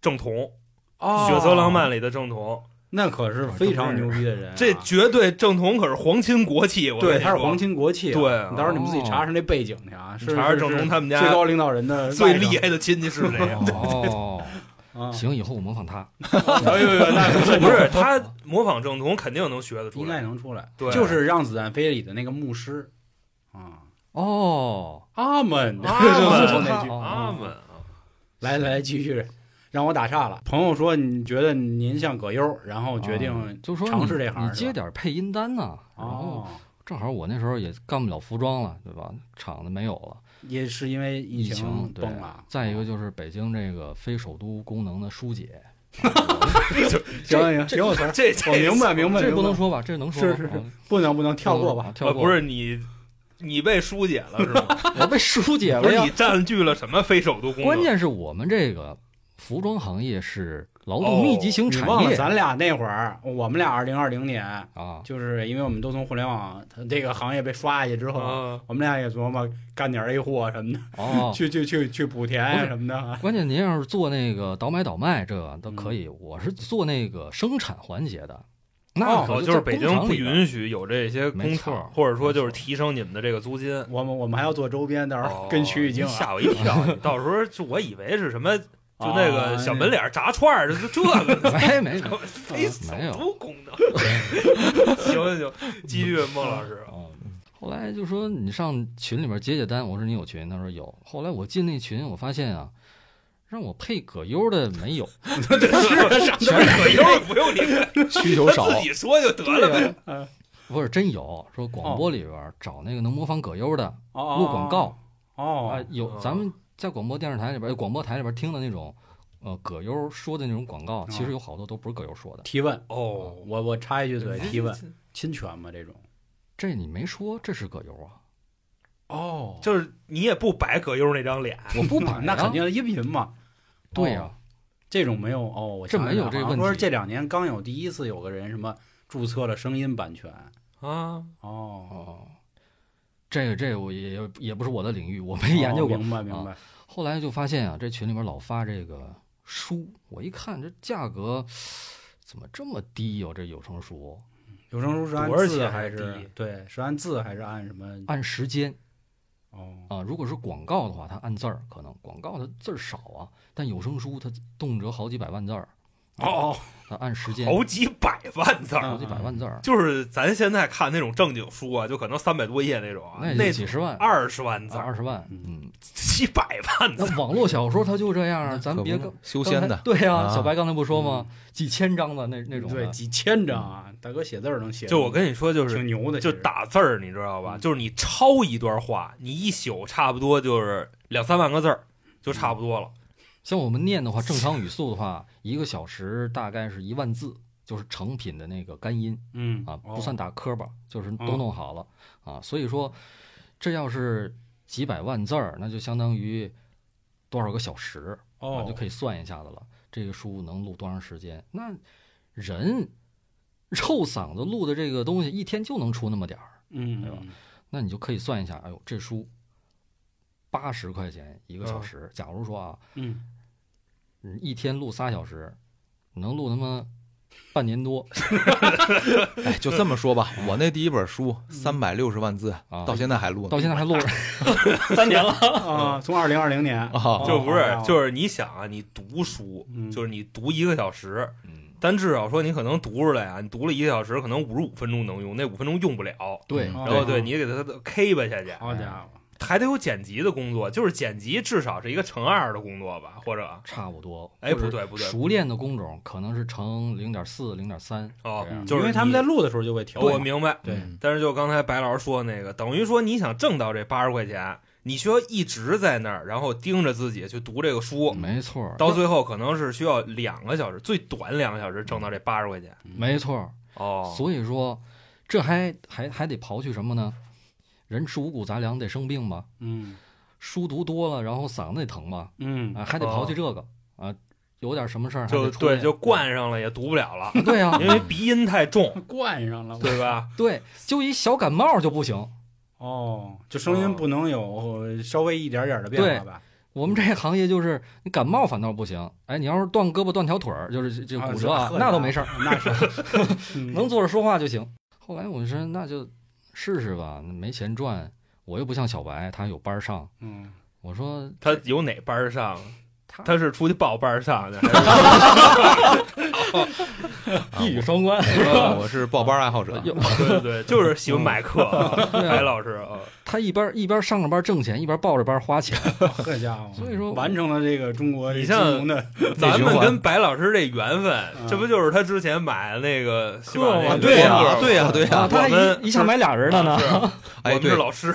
郑彤，《哦哎血色浪漫》里的郑彤，那可是非常牛逼的人啊，这绝对郑彤可是皇亲国戚，我对跟你他是皇说，亲国戚啊。对啊你到时候你们自己查查那背景去啊，是查查是郑彤是他们家最高领导人的最厉害的亲戚是谁？ 哦，啊。 行，以后我模仿他。哎呦，那可不是他模仿郑彤肯定能学得出应该来，能出来，对就是《让子弹飞》里的那个牧师啊，哦，阿门，阿就是从门那句阿啊们啊。来来继续，让我打岔了。朋友说你觉得您像葛优，然后决啊定就说尝你试这行你是吧接点配音单呐。然后哦，正好我那时候也干不了服装了，对吧？厂子没有了，也是因为疫情对啊崩了。。啊再一个就是北京这个非首都功能的疏解，行行行，挺有词儿，这我明白明白，这明不能白说吧？这能说吗是是是啊不能不能跳过啊吧。跳过不是你你被疏解了是 吗？我被疏哎解不了是呀你。占据了什么非首都工作？关键是我们这个服装行业是劳哦动密集型你产忘了业、咱俩那会儿，我们俩二零二零年，啊，就是因为我们都从互联网这个行业被刷下去之后，啊，我们俩也琢磨干点 A 货什么的，哦，去去去去补不填是什么的。关键您要是做那个倒买倒卖，这个嗯都可以。我是做那个生产环节的，那哦，可就在是北工京厂不里边允许有这些工没厂错，或者说就是没错提升你们的这个租金。我们我们还要做周边，到时候哦跟区域竞你啊，吓我一 跳，你到时候就我以为是什么，就那个小门脸，脸炸串儿，就这个 呢。没 没没，非首都功能。 行行行，继续孟 老师。哦，后来就说你上群里面接接单，我说你有群，他说有。后来我进那群，我发现啊，让我配葛优的没有，啊 是全是葛优，不用你 需求少他，自己说就得了啊呗。不是真有，说广播里边找那个能模仿葛优的哦录广告啊哦，，有咱们在广播电视台里边、广播台里边听的那种，呃，葛优说的那种广告，哦其实有好多都不是葛优说的。提问。哦，我我插一句嘴，嗯提问侵权吗？这种这你没说，这是葛优 啊？哦就是你也不摆葛优那张脸，我不买、啊，那肯定的音频嘛，对呀、呀、这种没有哦，我这想起没来有这好像问说题这两年刚有第一次有个人什么注册了声音版权啊，哦，哦，这个这个我也也不是我的领域，我没研究过啊哦。明白明白，后来就发现啊，这群里面老发这个书，我一看这价格怎么这么低哟、这有声书有声书是按多少字钱还第一是对？是按字还是按什么？按时间哦，啊，如果是广告的话，它按字儿可能广告它字儿少啊，但有声书它动辄好几百万字儿，哦嗯它按时间好几百万字儿。好几百万字儿，就是咱现在看那种正经书啊，就可能三百多页那种啊，那那啊也就几十万。啊二十万字儿，二十万，嗯嗯，几百万字那儿，网络小说它就这样啊，咱可别不跟嘛修仙的，对呀、啊小白刚才不说吗？几千张的那那种的嗯对，几千张啊，大哥写字儿能写， 就我跟你说，就是挺牛的，就其实打字儿，你知道吧？嗯就是你抄一段话，你一宿差不多就是两三万个字儿，就差不多了。像我们念的话，正常语速的话，一个小时大概是一万字，就是成品的那个干音嗯啊，不哦算打磕巴，就是都弄好了啊。所以说，这要是几百万字儿，那就相当于多少个小时嗯啊，就哦，可以算一下子了。这个书能录多长时间？那人臭嗓子录的这个东西，一天就能出那么点儿。嗯对吧那你就可以算一下，哎呦，这书八十块钱一个小时，假如说啊，嗯，你一天录仨小时，你能录他妈半年多哎，就这么说吧，我那第一本书三百六十万字，啊，到现在还录呢到现在还录着，嗯三年了啊，从二零二零年啊就不是，就是是你想啊，你读书，嗯就是是你读一个小时，嗯，但至少说你可能读出来啊，你读了一个小时，可能五十五分钟能用，那五分钟用不了。 对，嗯然后对哦你给它 K 吧下去，好家伙，还得有剪辑的工作，就是剪辑至少是一个乘二的工作吧，或者差不多。哎或者不对不对熟练的工种可能是乘零点四、零点三，哦这样，就是嗯因为他们在录的时候就会调嘛，我明白，对嗯但是就刚才白老师说的那个，等于说你想挣到这八十块钱，你需要一直在那儿，然后盯着自己去读这个书，没错儿，到最后可能是需要两个小时，最短两个小时挣到这八十块钱。嗯没错儿。哦，所以说，这还还还得刨去什么呢？人吃五谷杂粮得生病吧，嗯书读多了，然后嗓子得疼吧，嗯啊，还得哦刨去这个啊，有点什么事儿还就得出来对，就惯上了也读不了了， 对啊，因为鼻音太重，惯上了，对吧？对，就一小感冒就不行。哦，就声音不能有稍微一点点的变化吧？我们这行业就是你感冒反倒不行，哎，你要是断胳膊断条腿儿，就是这啊骨折啊是，吧那都没事儿，那是嗯能坐着说话就行。后来我就说那就试试吧，没钱赚，我又不像小白，他有班儿上。嗯，我说他有哪班儿上？他他是出去报班儿上 去，啊一语双 关，我我是报班爱好者，又对对对，就是喜欢买课啊。对白啊老师啊，他一边一边上着班挣钱，一边抱着班花钱，这家伙，所以说完成了这个中国这你金像融的咱内循们环跟白老师这缘分，嗯这不就是他之前买的那个喜马拉课雅吗那个对呀、播客吗对呀、对呀、啊，他还我们啊一一下买俩人的呢。是我哎，们是对，老师，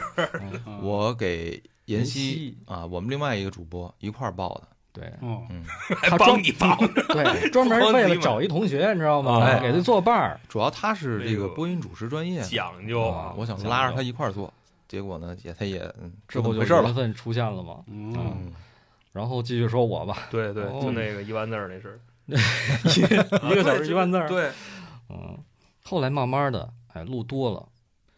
我给妍妍希希啊，我们另外一个主播一块儿报的，对哦，嗯，还帮你报，对，专门为了找一同学，你知道吗哎？给他做伴儿，主要他是这哎个呦播音主持专业的，讲究啊我想拉着他一块儿做，结果呢，也他也嗯，就之那么后就回事儿缘了。分出现了嘛。嗯，嗯，然后继续说 我吧，对对，哦就那个一万字儿那事儿，一个小时一万字儿。对，嗯，后来慢慢的，哎，录多了，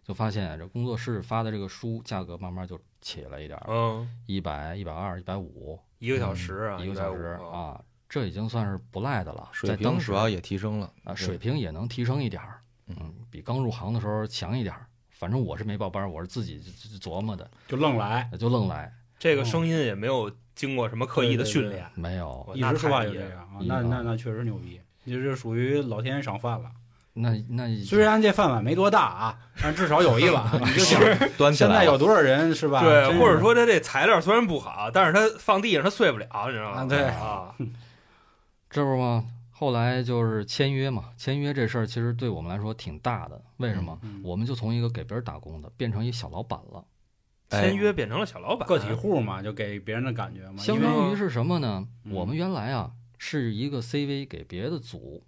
就发现啊这工作室发的这个书价格慢慢就起来一点儿，嗯，一百、一百二、一百五，一个小时啊，嗯一个150小时，啊，这已经算是不赖的了。水在当平时主要也提升了啊，对水平也能提升一点儿，嗯嗯，比刚入行的时候强一点儿。反正我是没报班儿，我是自己就就琢磨的，就愣来，就愣来，这个声音也没有经过什么刻意的训练，没有。我一那直说话太就厉这害了样啊，一那直那那确实牛逼，你这属于老天爷赏饭了。那那虽然这饭碗没多大啊，但至少有一碗。你就想，端起现来在了。有多少人是吧？真对，是或者说他这材料虽然不好，但是他放地上他碎不了，你知道吗？啊对啊，这不吗？后来就是签约嘛，签约这事儿其实对我们来说挺大的。为什么？嗯嗯我们就从一个给别人打工的变成一小老板了，哎签约变成了小老板，个体户嘛，就给别人的感觉嘛，相因为当于是什么呢？嗯我们原来啊是一个 CV 给别的组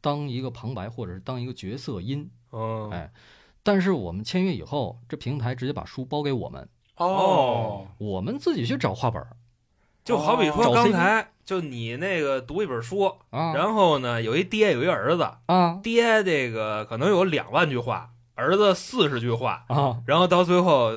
当一个旁白或者是当一个角色音，嗯，哎但是我们签约以后，这平台直接把书包给我们，哦，我们自己去找画本儿就好比找说刚 CD 才就你那个读一本书，啊，然后呢有一爹有一儿子，啊爹这个可能有两万句话，儿子四十句话，啊，然后到最后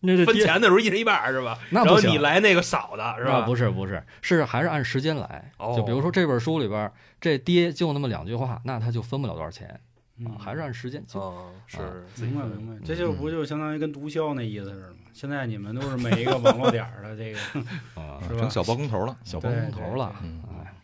那是分爹，钱的时候一人一半儿是吧？那然不后行，你来那个少的是那吧？不是不是，是还是按时间来。哦就比如说这本书里边儿，这爹就那么两句话，那他就分不了多少钱，啊嗯还是按时间。就哦，是自己明白分明白，这就不就相当于跟毒枭那意思似的嘛？现在你们都是每一个网络点儿的这个，啊嗯，是吧嗯成小包工头了。小包工头了。对对对哎，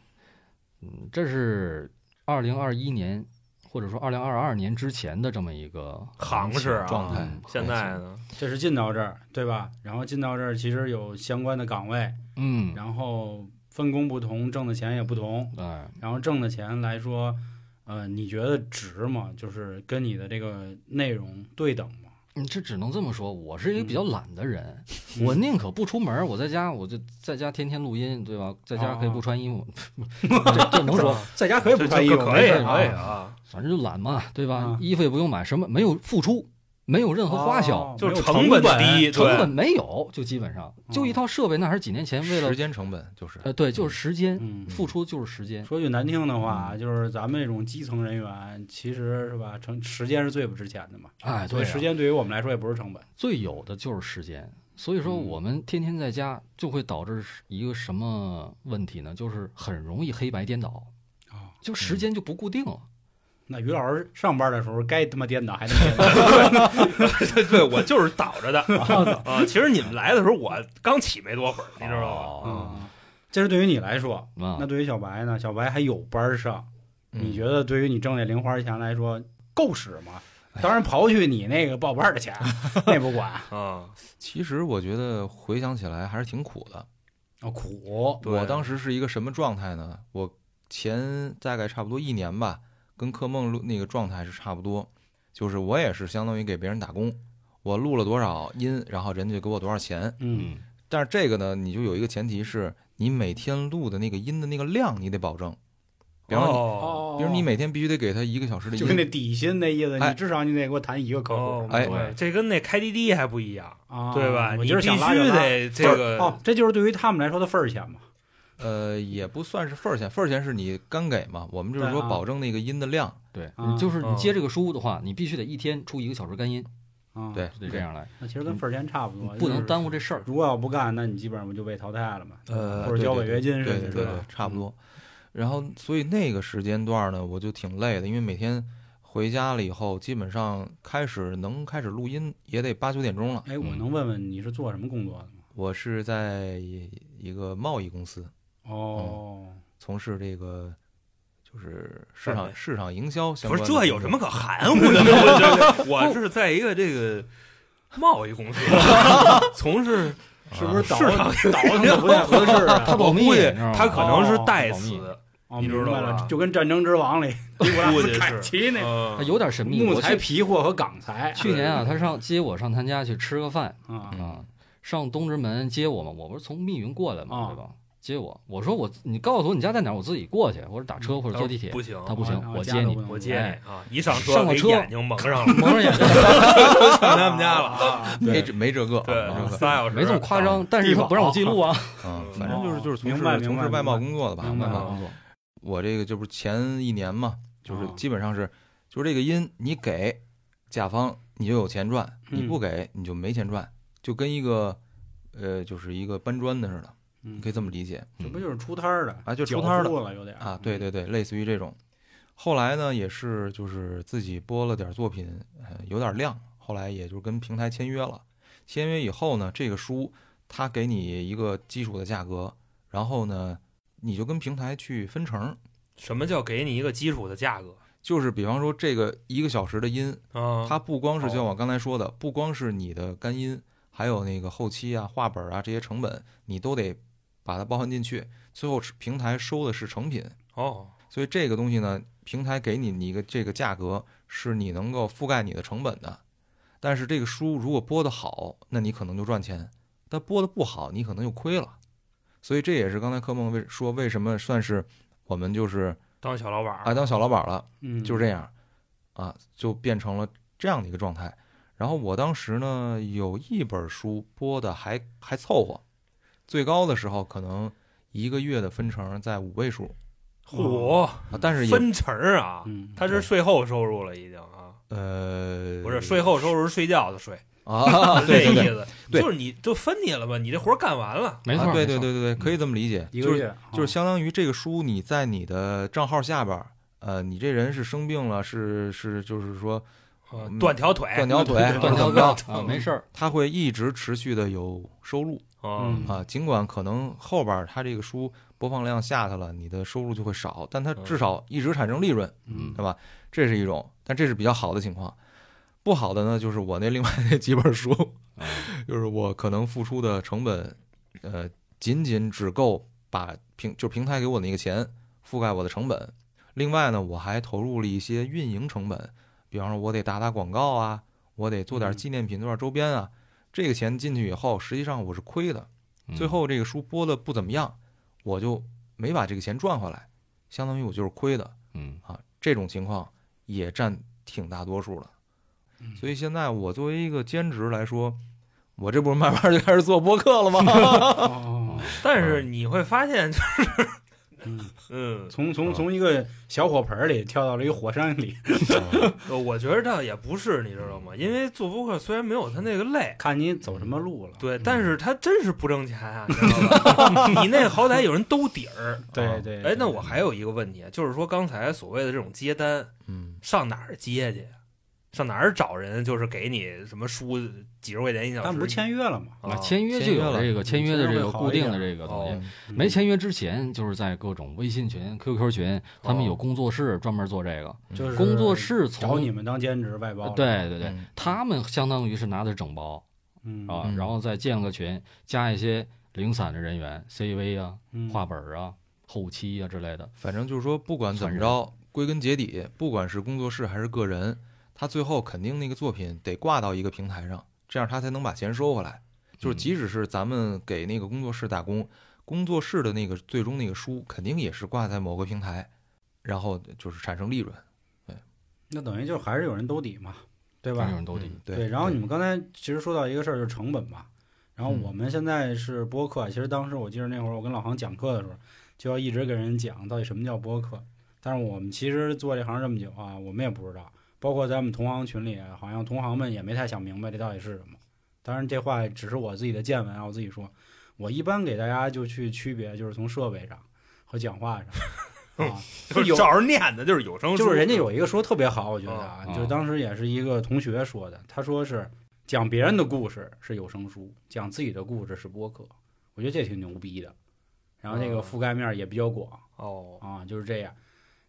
嗯，这是二零二一年或者说二零二二年之前的这么一个行情市啊状态嗯现在呢，这是进到这儿对吧？然后进到这儿其实有相关的岗位，嗯，然后分工不同，挣的钱也不同，哎，然后挣的钱来说，呃，你觉得值吗？就是跟你的这个内容对等吗？嗯这只能这么说。我是一个比较懒的人，我宁可不出门儿，我在家我就在家天天录音，对吧？在家可以不穿衣服，这这能说？ 在家可以不这穿衣啊这服，可可以没可事以啊啊，反正就懒嘛，对吧？啊衣服也不用买，什么没有付出，没有任何花销，哦就是没有成本本低，成本对，没有，就基本上就一套设备，那还是几年前为了时间成本就是，呃，对，就是时间，嗯，付嗯出就是时间。说句难听的话，就是咱们这种基层人员，其实是吧，成时间是最不值钱的嘛。哎，所对以啊，时间对于我们来说也不是成本。最有的就是时间。所以说，嗯我们天天在家就会导致一个什么问题呢？就是很容易黑白颠倒哦，就时间就不固定了。那于老师上班的时候该他妈颠倒还他妈颠倒， 对对，我就是倒着的 啊。其实你们来的时候，我刚起没多会儿，你知道吗？哦？嗯这是对于你来说。啊那，对于小白呢？小白还有班儿上，嗯你觉得对于你挣这零花钱来说够使吗？当然，刨去你那个报班儿的钱，那不管。哦啊，其实我觉得回想起来还是挺苦的。哦， 苦，对我当时是一个什么状态呢？我前大概差不多一年吧，跟克梦录那个状态是差不多，就是我也是相当于给别人打工，我录了多少音，然后人家就给我多少钱。嗯，嗯，但是这个呢，你就有一个前提是你每天录的那个音的那个量你得保证，比方说哦哦你，比如你每天必须得给他一个小时的就跟那音，底薪那意思，哎你至少你得给我谈一个客户哦，，哎对，这跟那开滴滴还不一样，啊，对吧？我你就是必想拉须就拉得这个哦，这就是对于他们来说的份儿钱嘛。呃，也不算是份儿钱，份儿钱是你干给嘛，我们就是对说啊保证那个音的量。对，啊你就是你接这个书的话，你必须得一天出一个小时干音，啊，对，就得这样来，那其实跟份儿钱差不多，不能当。耽误这事儿。如果要不干，那你基本上不就被淘汰了嘛？呃，或者对交对违约金嗯什对对么对之对类，差不多。然后，所以那个时间段呢，我就挺累的，因为每天回家了以后，基本上开始能开始录音也得八九点钟了。哎，我嗯能问问你是做什么工作的吗？我是在一个贸易公司哦，从事这个就是市贩场卖市场营销相不关是的这有工什作 么可含糊的呢？我 这我是在一个这个贸易 公司从事，是不是倒市场倒腾的 不太合 适啊？保我密估计你知道吗他可能是哦代保密词，哦，你知明道白吧了，就跟《战争之王》里估 计斯凯是奇那嗯啊有点神秘。木我材去皮货和钢材去年啊，他上接我上他家去吃个饭啊嗯啊，上东直门接我嘛，我不是从密云过来嘛，啊对吧？接我。我说我你告诉我你家在哪儿，我自己过去，或者打车或者坐地铁。不行，他 不行啊，我家接都你不能我过接哎你啊！一上车上了给车眼睛蒙上 了，蒙着眼睛，都上他们家了啊！ 没这没这个，对，没这个仨小时啊没这么夸张，但是他不让我记录啊。嗯，反正就是就是从明白事明白从事外贸工作的吧，明白外贸了工作我这个这不是前一年嘛，就是啊基本上是，就是这个音你给甲方你就有钱赚，嗯你不给你就没钱赚，就跟一个呃就是一个搬砖的似的，嗯你可以这么理解这不就是出摊儿的啊就出摊儿的缴付了有点儿嗯啊，对，对对，类似于这种。后来呢，也是就是自己播了点作品，呃，有点量，后来也就跟平台签约了。签约以后呢，这个书它给你一个基础的价格，然后呢，你就跟平台去分成，什么叫给你一个基础的价格就是比方说这个一个小时的音，啊？它不光是像我刚才说的，不光是你的干音，还有那个后期啊、画本啊这些成本，你都得把它包含进去。最后是平台收的是成品，哦，所以这个东西呢，平台给你你一个这个价格是你能够覆盖你的成本的。但是这个书如果播得好，那你可能就赚钱；但播得不好，你可能就亏了。所以这也是刚才柯梦为说为什么算是我们就是当小老板啊儿当小老板了。嗯，就这样，啊，就变成了这样的一个状态。然后我当时呢，有一本书播的还还凑合，最高的时候可能一个月的分成在五位数，哦嚯，啊、但是也分成儿啊，嗯，他是税后收入了已经啊，呃不是税后收入是睡觉的税，啊，是对这对意对思，对就是你就分你了吧，你这活儿干完了，没错，啊对没对错，对对对，可以这么理解，一就个是月就是啊相当于这个书你在你的账号下边儿，呃，你这人是生病了，是是就是说呃嗯断条腿，断条腿，断怎条么着，哥啊，没事儿，它会一直持续的有收入。啊嗯啊，尽管可能后边儿它这个书播放量下去了，你的收入就会少，但它嗯至少一直产生利润，嗯对吧？这是一种，但这是比较好的情况。不好的呢，就是我那另外那几本书，啊就是我可能付出的成本，呃，仅仅只够把平就平台给我那个钱覆盖我的成本。另外呢，我还投入了一些运营成本，比方说我得打打广告啊，我得做点嗯纪念品、做点周边啊。这个钱进去以后，实际上我是亏的。嗯最后这个书播的不怎么样，我就没把这个钱赚回来，相当于我就是亏的嗯，啊。这种情况也占挺大多数了嗯。所以现在我作为一个兼职来说，我这不是慢慢就开始做播客了吗？哦啊哦，哦但是你会发现，就是嗯，嗯，从从从一个小火盆儿里跳到了一火山里，呃我觉得倒也不是，你知道吗？因为做播客虽然没有他那个累。看你走什么路了。嗯对，但是他真是不挣钱啊，你知道吧？ 你那好歹有人兜底儿。啊对对，哎，对那我还有一个问题，啊就是说刚才所谓的这种接单，嗯，上哪儿接去？上哪儿找人？就是给你什么书几十块钱一小时？但不是签约了嘛？啊啊，签约就签约有了这个签约的签约这会个好固一定点的这个东西哦。没签约之前，就是在各种微信群、QQ 群，他们哦有工作室专门做这个。嗯就是工作室从找你们当兼职外包呃了。对对对嗯，他们相当于是拿的是整包嗯啊嗯，然后再建个群，加一些零散的人员，CV 啊、嗯画本啊、后期啊之类的。反正就是说，不管怎么着，归根结底，不管是工作室还是个人，他最后肯定那个作品得挂到一个平台上，这样他才能把钱收回来。就是嗯即使是咱们给那个工作室打工，工作室的那个最终那个书肯定也是挂在某个平台，然后就是产生利润，那等于就还是有人兜底嘛，对吧有？人兜底嗯，对，对。然后你们刚才其实说到一个事儿，就是成本嘛。然后嗯我们现在是播客，其实当时我记得那会儿我跟老航讲课的时候，就要一直给人讲到底什么叫播客。但是我们其实做这行这么久啊，我们也不知道，包括在我们同行群里，好像同行们也没太想明白这到底是什么。当然，这话只是我自己的见闻啊，我自己说。我一般给大家就去区别，就是从设备上和讲话上啊，就有是照着念的，就是有 嗯声书，就是人家有一个说特别好，我觉得啊，啊就是当时也是一个同学说的，他说是讲别人的故事是有声书，讲自己的故事是播客，我觉得这挺牛逼的。然后这个哦覆盖面也比较广哦，啊，就是这样。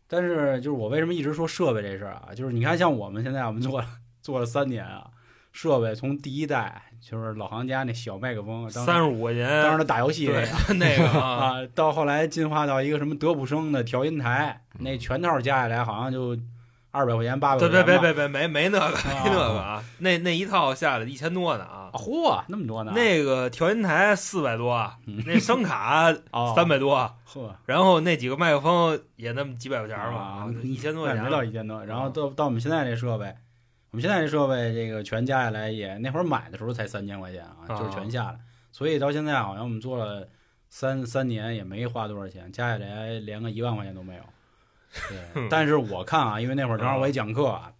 但是就是我为什么一直说设备这事儿啊，就是你看像我们现在我们做了做了三年啊，设备从第一代就是老行家那小麦克风，当三时十五块钱，当时他打游戏那个对那个啊，啊，到后来进化到一个什么德普生的调音台，那全套加起来好像就二百块钱、八百块对钱别吧。别别别，没没那个啊没那个啊，那那一套下来一千多呢啊啊，，嚯，那么多呢？那个调音台四百多啊嗯，那声卡哦三百多，啊呵，然后那几个麦克风也那么几百块钱嘛，啊一千多那也块没钱啊到了。一千多。然后到到我们现在这设备，我们现在这设备这个全加下来也那会儿买的时候才三千块钱啊，啊就是全下来，所以到现在好像我们做了三三年也没花多少钱，加起来连个一万块钱都 没有。对，但是我看啊，因为那会儿正好我也讲课啊。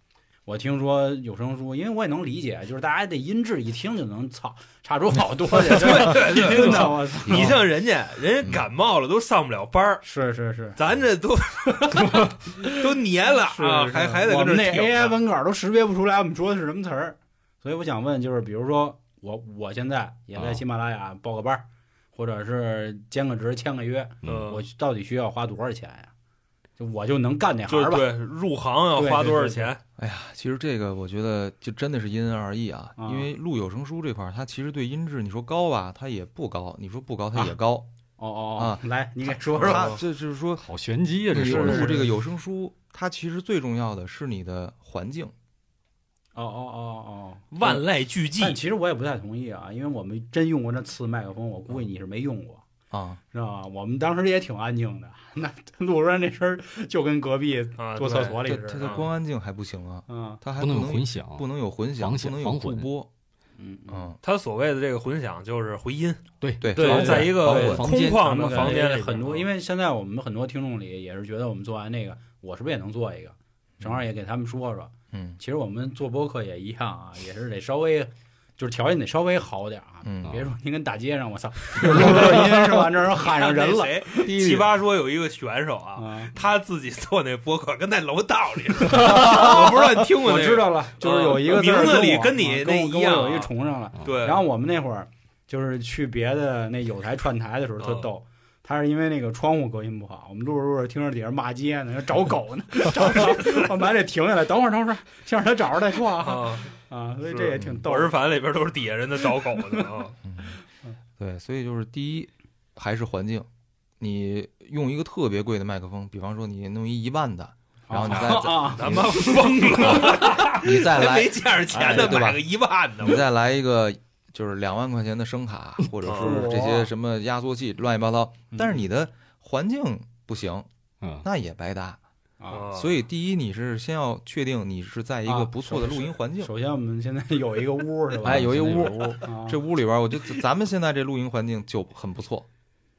我听说有声书，因为我也能理解，就是大家这音质一听就能操差出好多去，真的 对对真对的，我操！你像人家，人家感冒了都上不了班儿，是是是，咱这 都都黏了是啊，是还还得我跟们那这 AI 挺呢。文稿都识别不出来我们说的是什么词儿，所以我想问，就是比如说我我现在也在啊喜马拉雅报个班儿，或者是兼个职、签个约，嗯我到底需要花多少钱呀？就我就能干这行就儿吧？对入行要花多少钱？哎呀，其实这个我觉得就真的是因人而异啊，啊因为录有声书这块儿，它其实对音质，你说高吧，它也不高；你说不高，它也高。哦哦啊哦，来你给说说。它这就是说，好玄机啊呀、这你说是的录是这个有声书，它其实最重要的是你的环境。哦哦哦哦，万籁俱寂但其实我也不太同意啊，因为我们真用过那次麦克风，我估计你是没用过。啊，知道吧？我们当时也挺安静的，那 录出来那声儿就跟隔壁啊！坐对厕所它里似它的。的光安静还不行啊，嗯它还不能有能混响，啊不能有混响，防不响能有防互混播。嗯嗯，嗯，他所谓的这个混响就是回音，对对对防混在一个防空混房间旷咱的们房间里啊很多，因为为现在我们很多听众里也是觉得我们做完那个，我是不是也能做一个？正好也给他们说说，嗯其实我们做播客也一样啊，也是得稍微，就是条件得稍微好点啊。嗯，别说您跟大街上，我操，有录个音是吧？那人喊上 人了，奇葩说有一个选手啊，啊！他自己做那播客跟那楼道 里，我不知道你听过我那知个。道呃了，就是有一个字儿名字里我跟你啊那我一跟我样啊有一重上了。对，然后我们那会儿就是去别的那有台串台的时候特嗯逗，他是因为那个窗户隔音不好，我们录着录着听着底下骂街呢，找狗呢， 找狗，我们还得停下来，等会儿等会儿，先让他找着再说 啊啊，啊，所以这也挺《逗宝。石凡》里边都是底下人在找狗呢啊。嗯对，所以就是第一还是环境。你用一个特别贵的麦克风，比方说你弄一一万的，然后你再 啊，他妈疯了，你再还来没见着钱哎呢，对吧买个一万的，你再来一个就是两万块钱的声卡，或者是这些什么压缩器乱七八糟，但是你的环境不行，嗯，那也白搭。啊。哦所以第一，你是先要确定你是在一啊个不错的录音环境。首先，我们现在有一个屋是吧？哎，有一屋，啊这屋里边，我就咱们现在这录音环境就很不错，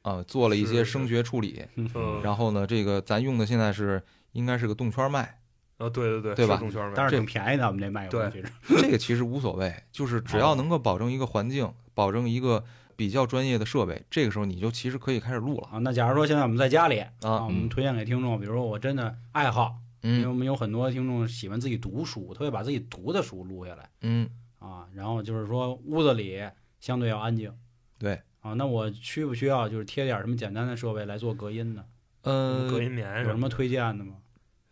啊，做了一些声学处理。嗯，然后呢，这个咱用的现在是应该是个动圈麦，啊，对对对，对吧是动圈麦但是这挺便宜的，我们这麦克风其实这个其实无所谓，就是只哦要能够保证一个环境，保证一个比较专业的设备，这个时候你就其实可以开始录了啊。那假如说现在我们在家里啊，啊我。们推荐给听众，比如说我真的爱好，因为嗯我们有很多听众喜欢自己读书，特别把自己读的书录下来。嗯，啊，然后就是说屋子里相对要安静。对啊，那我需不需要就是贴点什么简单的设备来做隔音呢？嗯呃，隔音棉有什么推荐的吗？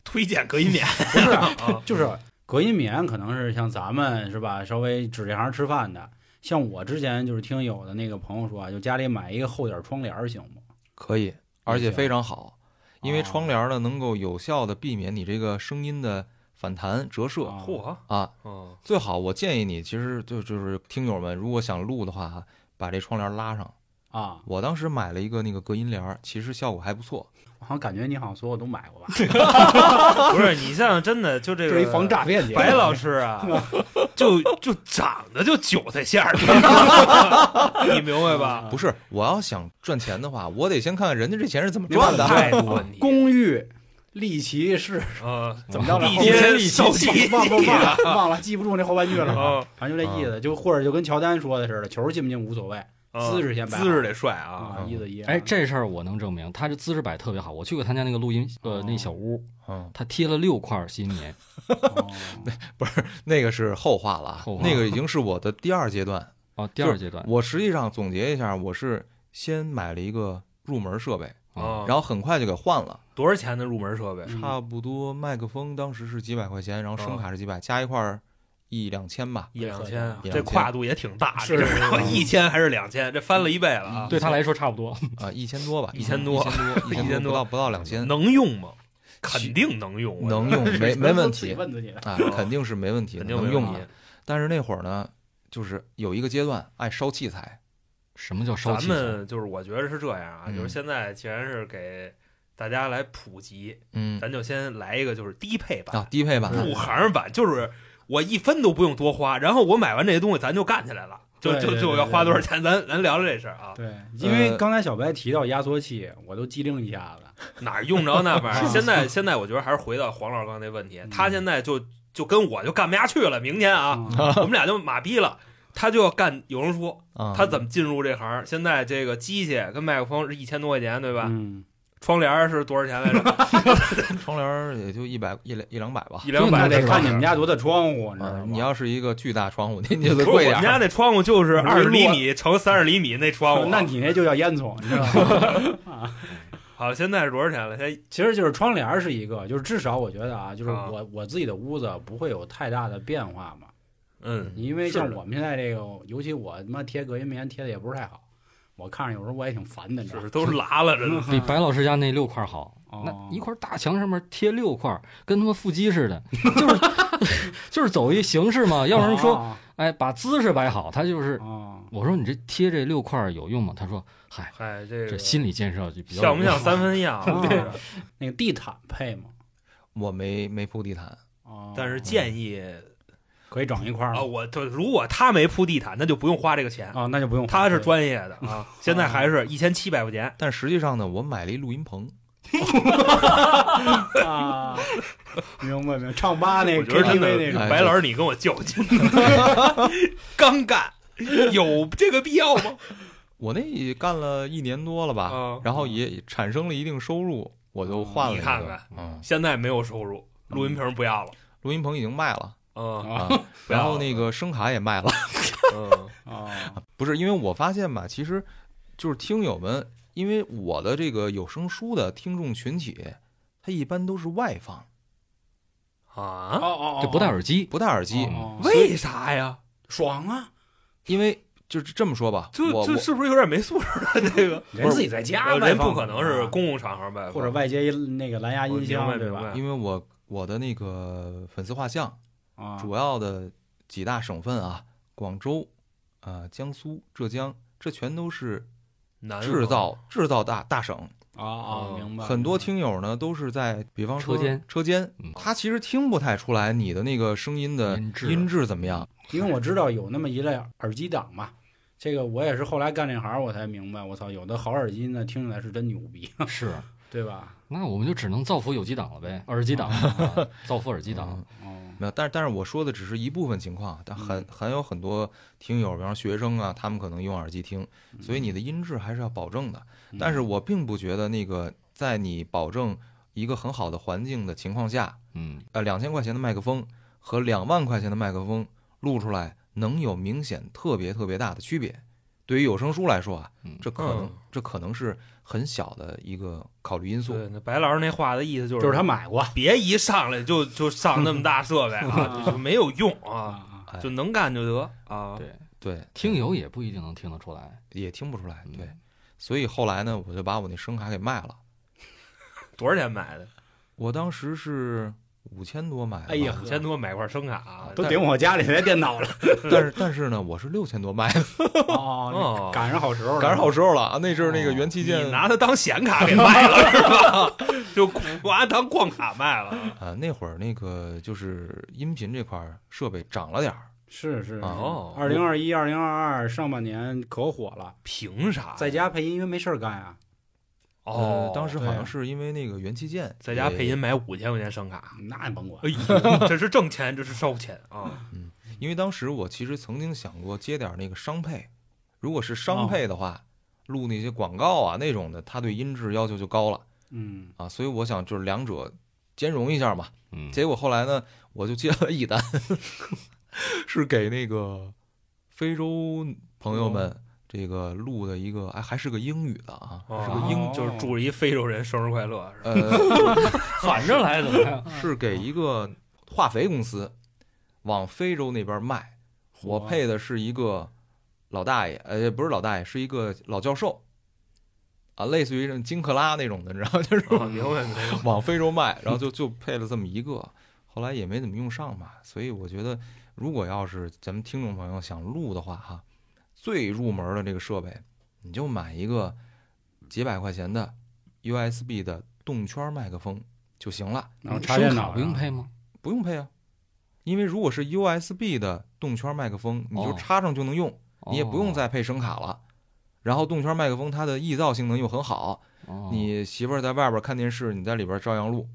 推荐隔音棉 不是啊，啊？就是隔音棉可能是像咱们是吧，稍微指这行吃饭的。像我之前就是听有的那个朋友说啊，就家里买一个厚点儿窗帘儿行吗？可以，而且行非常好，因为哦窗帘呢能够有效的避免你这个声音的反弹折射啊 嚯，啊。 嗯，最好我建议你，其实就就是听友们，如果想录的话，把这窗帘拉上。啊，我当时买了一个那个隔音帘儿，其实效果还不错。我好像感觉你好像所有都买 过吧？不是你像真的就这这个是一防诈骗节目。白老师师 啊，就就长得就韭菜馅儿， 你知道吗你明白吧？不是，我要想赚钱的话，我得先看看人家这钱是怎么你哦看赚是态的。度问题公寓利奇市啊，怎么着来地后接面手机忘忘忘了忘了，记不住那后半句了。啊，反正就这意思，就或者就跟乔丹说的似的，球进不进无所谓啊嗯姿势先摆好嗯姿势得帅啊，意思一样。哎，这事儿我能证明，他这姿势摆特别好。我去过他家那个录音，呃哦，那小屋，嗯，他贴了六块吸音棉，哦那个是后话了啊后，话那个已经是我的第二阶段。哦，第二阶段，我实际上总结一下，我是先买了一个入门设备，啊嗯然，后很快就给换了。多少钱的入门设备？差不多麦克风当时是几百块钱，然后声哦卡是几百，加一块儿一两千吧。一两千一两，千这跨度也挺大，是嗯你知道 吗是 一千还是两千？这翻了一倍了啊！对他来说差不多。啊，一千多吧，一千多，多一千多，一千多不到不到两千。能用吗？肯定能用，我觉得能 用没没问自己题问自己的，啊，肯定是没问题的，肯定能没用问的题。。但是那会儿呢，就是有一个阶段爱烧器材， 什么叫烧咱器材？们就是我觉得是这样啊，嗯就是现在既然是给大家来普及，嗯咱就先来一个就是低配啊版、，低配版，入行版，就是我一分都不用多花，然后我买完这些东西，咱就干起来了，就对就对就对要对花多少对钱，咱咱聊聊这事儿 啊， 对，因为呃刚才小白提到压缩器，我都机灵一下子。哪儿用着那玩 意儿？是现在现在我觉得还是回到黄老师刚才那问题嗯，他现在就就跟我就干不下去了，明天啊，嗯啊，我们俩就马逼了。他就要干有声书，啊，他怎么进入这行？现在这个机器跟麦克风是一千多块钱，对吧？嗯，窗帘儿是多少钱来着？窗帘儿也就一百一两一两百吧一。两百那这得个看你们家多大窗户，你知道啊吗，？你要是一个巨大 窗户，那你就不得是贵我点们家儿。那窗户就是不是二十厘落，米乘三十厘米那窗户那你那就叫烟囱，你知道吗？好，现在是多少钱了？现在其实就是窗帘儿是一个，就是至少我觉得啊，就是啊我我自己的屋子不会有太大的变化嘛，嗯，因为像是的我们现在这个，尤其我他妈贴隔音棉贴的也不是太好，我看着有时候我也挺烦的，你知道是吗？都是拉了，真的。比白老师家那六块好。哦那一块大墙上面贴六块，跟他妈腹肌似的，就是就是 走一形式嘛。要是说，啊哎，把姿势摆好，他就是。哦啊，我说你这贴这六块有用吗？他说，嗨，嗨，这这个心理建设就比较有像不像用三分样？啊这个那个地毯配吗？我没没铺地毯，啊，但是建议可以整一块儿啊，吗我就如果他没铺地毯，那就不用花这个钱，啊，那就不用他花是这个专业的啊。现在还是一千七百块钱，但实际上呢，我买了一录音棚， 啊，明白明白，唱吧那我个觉得真 KTV 的那种哎，白老师，你跟我较劲，刚干，有这个必要吗？我那也干了一年多了吧，啊，哦然后也产生了一定收入，我就换了一你个。看看，嗯，现在没有收入，录音棚不要了，录音棚已经卖了嗯啊啊，不要然后了那个声卡也卖了。嗯，啊，不是因为我发现吧，其实就是听友们，因为我的这个有声书的听众群体，他一般都是外放，哦啊？哦哦， 就不戴 耳机，不戴耳机，哦哦为啥呀？爽啊，因为就是这么说吧，这我这我是不是有点没素质了？这个人自己在家呃外人放不可能是公共场合外放，或者外接一那个蓝牙音我箱明白对明吧？白因为我我的那个粉丝画像，啊，主要的几大省份啊，广州、啊、江苏、浙江，这全都是南制方造制造大大省，啊啊，嗯明白。很多听友呢都是在，比方说车间车间嗯，他其实听不太出来你的那个声音的音质音质怎么样。因为我知道有那么一类耳机党嘛。这个我也是后来干这行，我才明白，我操，有的好耳机呢，听起来是真牛逼，是，对吧？那我们就只能造福有机党了呗，耳机党，嗯啊造福耳机党嗯。 哦，没有，但是但是我说的只是一部分情况，但很很有很多听友，比方说学生啊，他们可能用耳机听，所以你的音质还是要保证的。嗯，但是我并不觉得那个在你保证一个很好的环境的情况下，嗯，呃，两千块钱的麦克风和两万块钱的麦克风录出来能有明显特别特别大的区别。对于有声书来说啊嗯，这可能嗯这可能是很小的一个考虑因素。对，那白老师那话的意思就是就是他买过啊别一上来就就上那么大设备啊，就没有用啊，啊，哎就能干就得啊。对，对，听友也不一定能听得出来。也听不出来。嗯对，所以后来呢，我就把我那声卡给卖了。多少钱买的？我当时是五千多买的吧，哎呀五千多买块声卡啊，都顶我家里来电脑了。但是但是呢，我是六千多买的， 哦，那，哦赶上好时候了，赶上好时候了啊！那阵儿那个元器件你拿它当显卡给卖了是吧？就拿当矿卡卖了。啊，那会儿那个就是音频这块儿设备涨了点儿，是是啊哦二零二一、二零二二上半年可火了，凭啥？在家配音，因为没事儿干啊。哦呃，当时好对像是因为那个元器件在家配音也，买五千块钱声卡，嗯那你甭管哎呦，这是挣钱，这是烧钱啊！因为当时我其实曾经想过接点儿那个商配，如果是哦商配的话，录那些广告啊那种的，它对音质要求就高了嗯，啊，所以我想就是两者兼容一下嘛。嗯，结果后来呢，我就接了一 E 单， 是给那个非洲朋友哦们这个录的一个，哎，还是个英语的啊，哦是个英，哦就是祝一非洲人生日快乐，是吧呃， 反着来怎么样？ 是给一个化肥公司往非洲那边卖。我嚯配的是一个老大爷，呃，不是老大爷，是一个老教授，啊，类似于什么金克拉那种的，你知道吗，就是啊，明白明 白。 往非洲卖，然后就就配了这么一个，后来也没怎么用上嘛。所以我觉得，如果要是咱们听众朋友想录的话，哈，最入门的这个设备，你就买一个几百块钱的 USB 的动圈麦克风就行了，然后插电声卡脑不用配吗？不用配啊。因为如果是 USB 的动圈麦克风，你就哦插上就能用，你也不用再配声卡了。然后动圈麦克风它的易噪性能又很好，哦，哦你媳妇儿在外边看电视，你在里边照样录。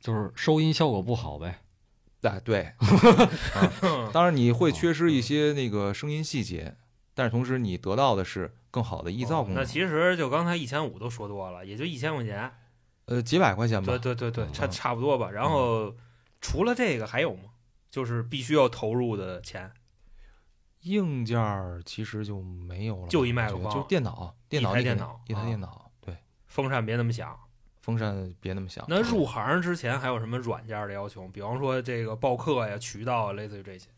就是收音效果不好呗。哎，对， 嗯当然你会缺失一些那个声音细节，但是同时你得到的是更好的易噪功能。哦那其实就刚才一千五都说多了，也就一千块钱，呃，几百块钱吧对。对对对，差嗯差不多吧。然后除了这个还有吗？就是必须要投入的钱，硬件儿其实就没有了，就一麦克我觉得风就是电脑，电脑一台你肯定电脑一台啊电脑。对，风扇别那么响。风扇别那么响。啊那入行之前还有什么软件的要求？比方说这个报课呀、渠道啊，类似于这些。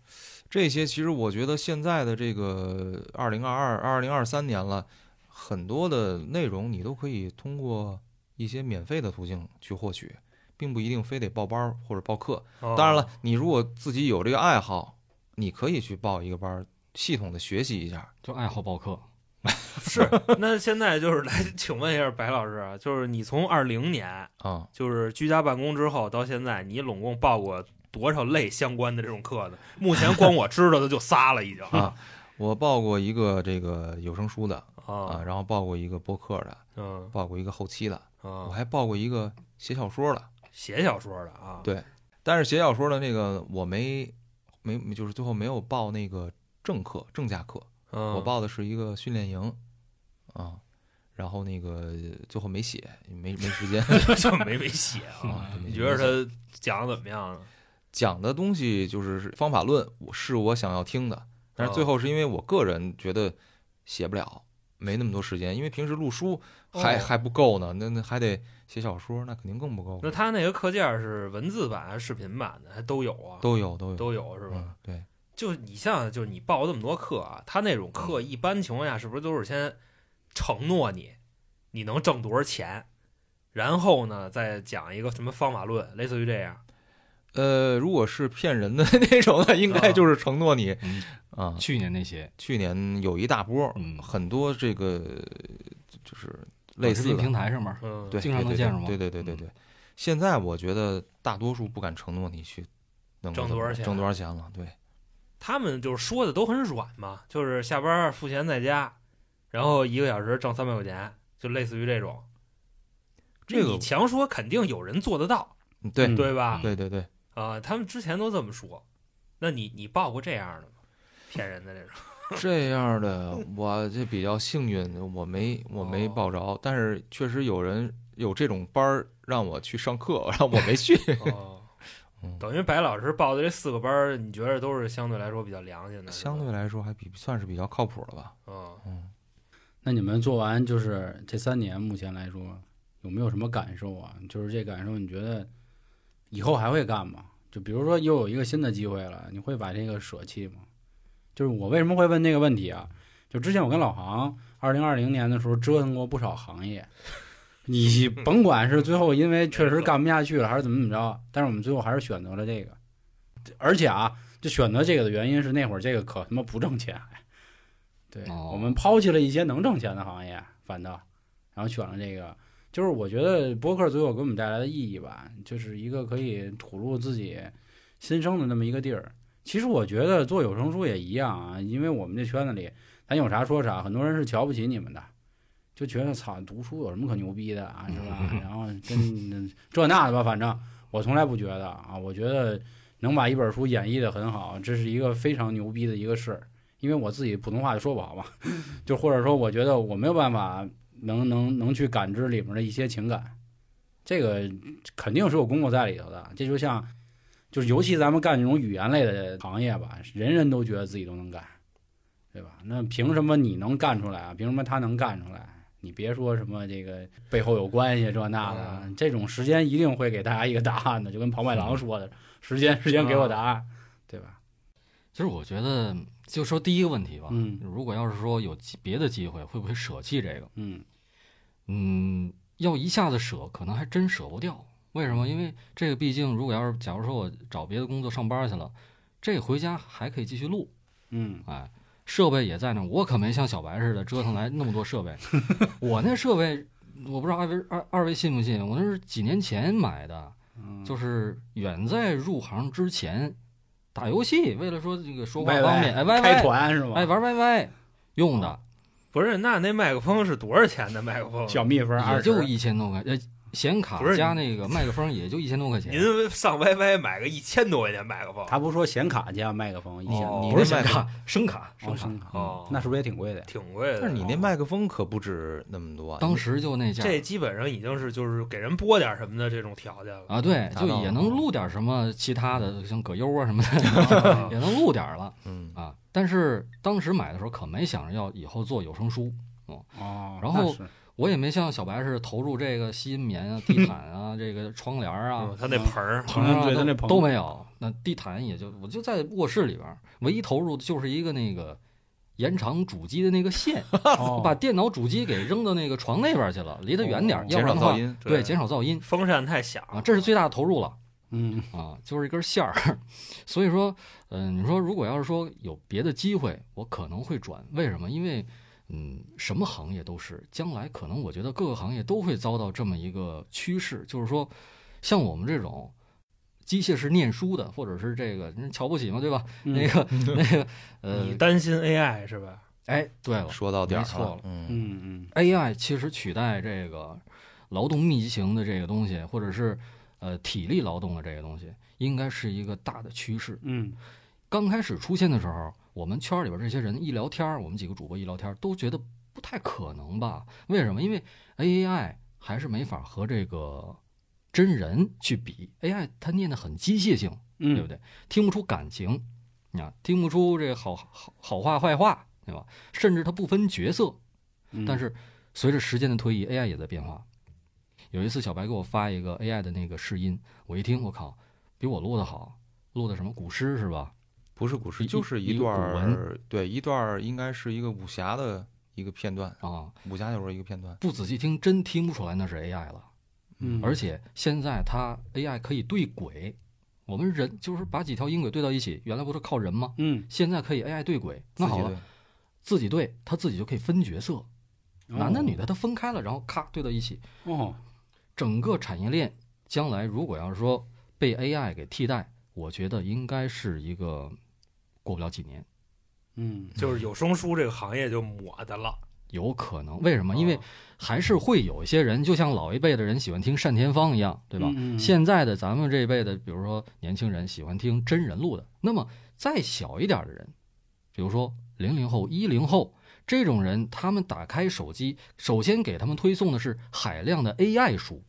这些其实我觉得现在的这个二零二二、二零二三年了，很多的内容你都可以通过一些免费的途径去获取，并不一定非得报班儿或者报课。哦当然了，，你如果自己有这个爱好，你可以去报一个班儿，系统的学习一下。就爱好报课，是。哦那现在就是来， 请问一下白老师啊，就是你从二零年啊、就是居家办公之后到现在，你拢共报过多少类相关的这种课呢？目前光我知道的就仨了，已经 啊！我报过一个这个有声书的啊，啊，然后报过一个播客的，嗯报过一个后期的，我啊，还报过一个写小说的。写小说的啊，对但是写小说的那个我没没就是最后没有报那个正课正价课，嗯，我报的是一个训练营啊，然后那个最后没写，没没 时间。 就没没写啊。啊就没你觉得他讲的怎么样呢？讲的东西就是方法论，我是我想要听的，但是哦最后是因为我个人觉得写不了，没那么多时间，因为平时录书还、哦还不够呢，那那还得写小说，那肯定更不够那。他那个课件是文字版还是视频版的？还都有啊，都有都有都有是吧？嗯，对，就是你像就是你报这么多课啊，他那种嗯课一般情况下是不是都是先承诺你你能挣多少钱，然后呢再讲一个什么方法论，类似于这样。呃，如果是骗人的 那种的，应该就是承诺你啊嗯，啊。去年那些去年有一大波，嗯很多这个就是类短视似频的平台上面，嗯，对，经常对能对见对着吗对对对对嗯对。现在我觉得大多数不敢承诺你去能够挣怎么多少钱挣多少钱了。对，他们就是说的都很软嘛，就是下班赋闲在家，然后一个小时挣三百块钱，就类似于这种。这个你强说肯定有人做得到，嗯对嗯对吧？对对对，啊，他们之前都这么说。那你你报过这样的吗？骗人的这种。这样的我这比较幸运，我没我没哦报着，但是确实有人有这种班儿让我去上课， 然后我没去。 哦嗯，等于白老师报的这四个班儿，你觉得都是相对来说比较良心的，是吧相对来说还比算是比较靠谱了吧？嗯，嗯。那你们做完就是这三年，目前来说有没有什么感受啊？就是这感受，你觉得以后还会干吗？就比如说又有一个新的机会了，你会把这个舍弃吗？就是我为什么会问这个问题啊？就之前我跟老航二零二零年的时候折腾过不少行业，你甭管是最后因为确实干不下去了，还是怎么怎么着，但是我们最后还是选择了这个。而且啊，就选择这个的原因是那会儿这个可他妈不挣钱，对、哦我们抛弃了一些能挣钱的行业，反倒然后选了这个。就是我觉得博客最后给我们带来的意义吧，就是一个可以吐露自己心声的那么一个地儿。其实我觉得做有声书也一样啊，因为我们这圈子里，咱有啥说啥，很多人是瞧不起你们的，就觉得操，读书有什么可牛逼的啊，是吧？然后跟这那的吧，反正我从来不觉得啊，我觉得能把一本书演绎的很好，这是一个非常牛逼的一个事儿。因为我自己普通话就说不好嘛，就或者说我觉得我没有办法能能能去感知里面的一些情感，这个肯定是有功夫在里头的。这就像，就是尤其咱们干这种语言类的行业吧，人人都觉得自己都能干，对吧？那凭什么你能干出来啊？凭什么他能干出来？你别说什么这个背后有关系这那的，嗯这种时间一定会给大家一个答案的，就跟庞麦郎说的，时啊间时间给我答案，对吧？其实我觉得就说第一个问题吧，嗯如果要是说有机别的机会，会不会舍弃这个？嗯嗯，要一下子舍，可能还真舍不掉。为什么？因为这个毕竟，如果要是假如说我找别的工作上班去了，这回家还可以继续录，嗯，哎，设备也在那儿，我可没像小白似的折腾来那么多设备。我那设备，我不知道二位二二位信不信，我那是几年前买的，嗯就是远在入行之前打游戏，为了说这个说话歪方歪便，哎，歪开歪，团是吧？哎，玩歪歪用的，不是，那那麦克风是多少钱的麦克风？小蜜蜂也二就十，一千多块，呃，显卡不是加那个麦克风也就一千多块钱。您哦上 YY 买个一千多块钱麦克风，他不说显卡加哦麦克风一千哦多，你不是那显麦克卡，声卡，哦声卡声，卡哦那是不是也挺贵的呀？挺贵的。哦但是你那麦克风可不止那么多啊，哦当时就那价这基本上已经是就是给人播点什么的这种条件了。啊，对，达就到也了能录点什么其他的，像葛优啊什么 哦 的，也能录点了嗯，啊。但是当时买的时候可没想着要以后做有声书，哦，然后那是我也没像小白似的投入这个吸音棉啊、地毯啊、这个窗帘儿啊嗯，、他那盆儿，棚啊嗯对都他那棚都没有。那地毯也就我就在卧室里边儿，唯一投入的就是一个那个延长主机的那个线，哦把电脑主机给扔到那个床那边去了，离得远点儿，要减少不然的噪话，音， 对，减少噪音风扇太响啊，这是最大的投入了嗯啊，就是一根线儿。 所以说，嗯、你说如果要是说有别的机会，我可能会转，为什么？因为嗯，什么行业都是，将来可能我觉得各个行业都会遭到这么一个趋势，就是说，像我们这种机械式念书的，或者是这个人瞧不起嘛，对吧？嗯那个那个呃你，担心 AI 是吧？哎，对了， 说到点儿没错了嗯，嗯 AI 其实取代这个劳动密集型的这个东西，或者是呃体力劳动的这个东西，应该是一个大的趋势。嗯刚开始出现的时候，我们圈里边这些人一聊天儿，我们几个主播一聊天儿，都觉得不太可能吧？为什么？因为 AI 还是没法和这个真人去比，AI 它念得很机械性，嗯，对不对？听不出感情，啊，听不出这个好好好话坏话，对吧？甚至它不分角色，嗯？但是随着时间的推移，AI 也在变化。有一次，小白给我发一个 AI 的那个试音，我一听，我靠，比我录的好，录的什么古诗是吧？不是古诗，一就是一段古文儿，对，一段儿应该是一个武侠的一个片段，啊，武侠小说一个片段，不仔细听真听不出来那是 AI 了。嗯，而且现在它 AI 可以对轨，我们人就是把几条音轨对到一起，原来不是靠人吗？嗯，现在可以 AI 对轨，那好了，了，自己对，它自己就可以分角色，男的女的它分开了，然后咔对到一起，哦，整个产业链将来如果要是说被 AI 给替代，我觉得应该是一个过不了几年，嗯就是有声书这个行业就抹的了。有可能。为什么？因为啊还是会有一些人，就像老一辈的人喜欢听单田芳一样，对吧？嗯嗯嗯现在的咱们这一辈的，比如说年轻人喜欢听真人录的，那么再小一点的人，比如说零零后、一零后这种人，他们打开手机，首先给他们推送的是海量的 AI 书。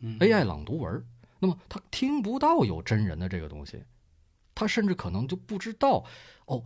嗯 AI 朗读文儿，那么他听不到有真人的这个东西，他甚至可能就不知道哦，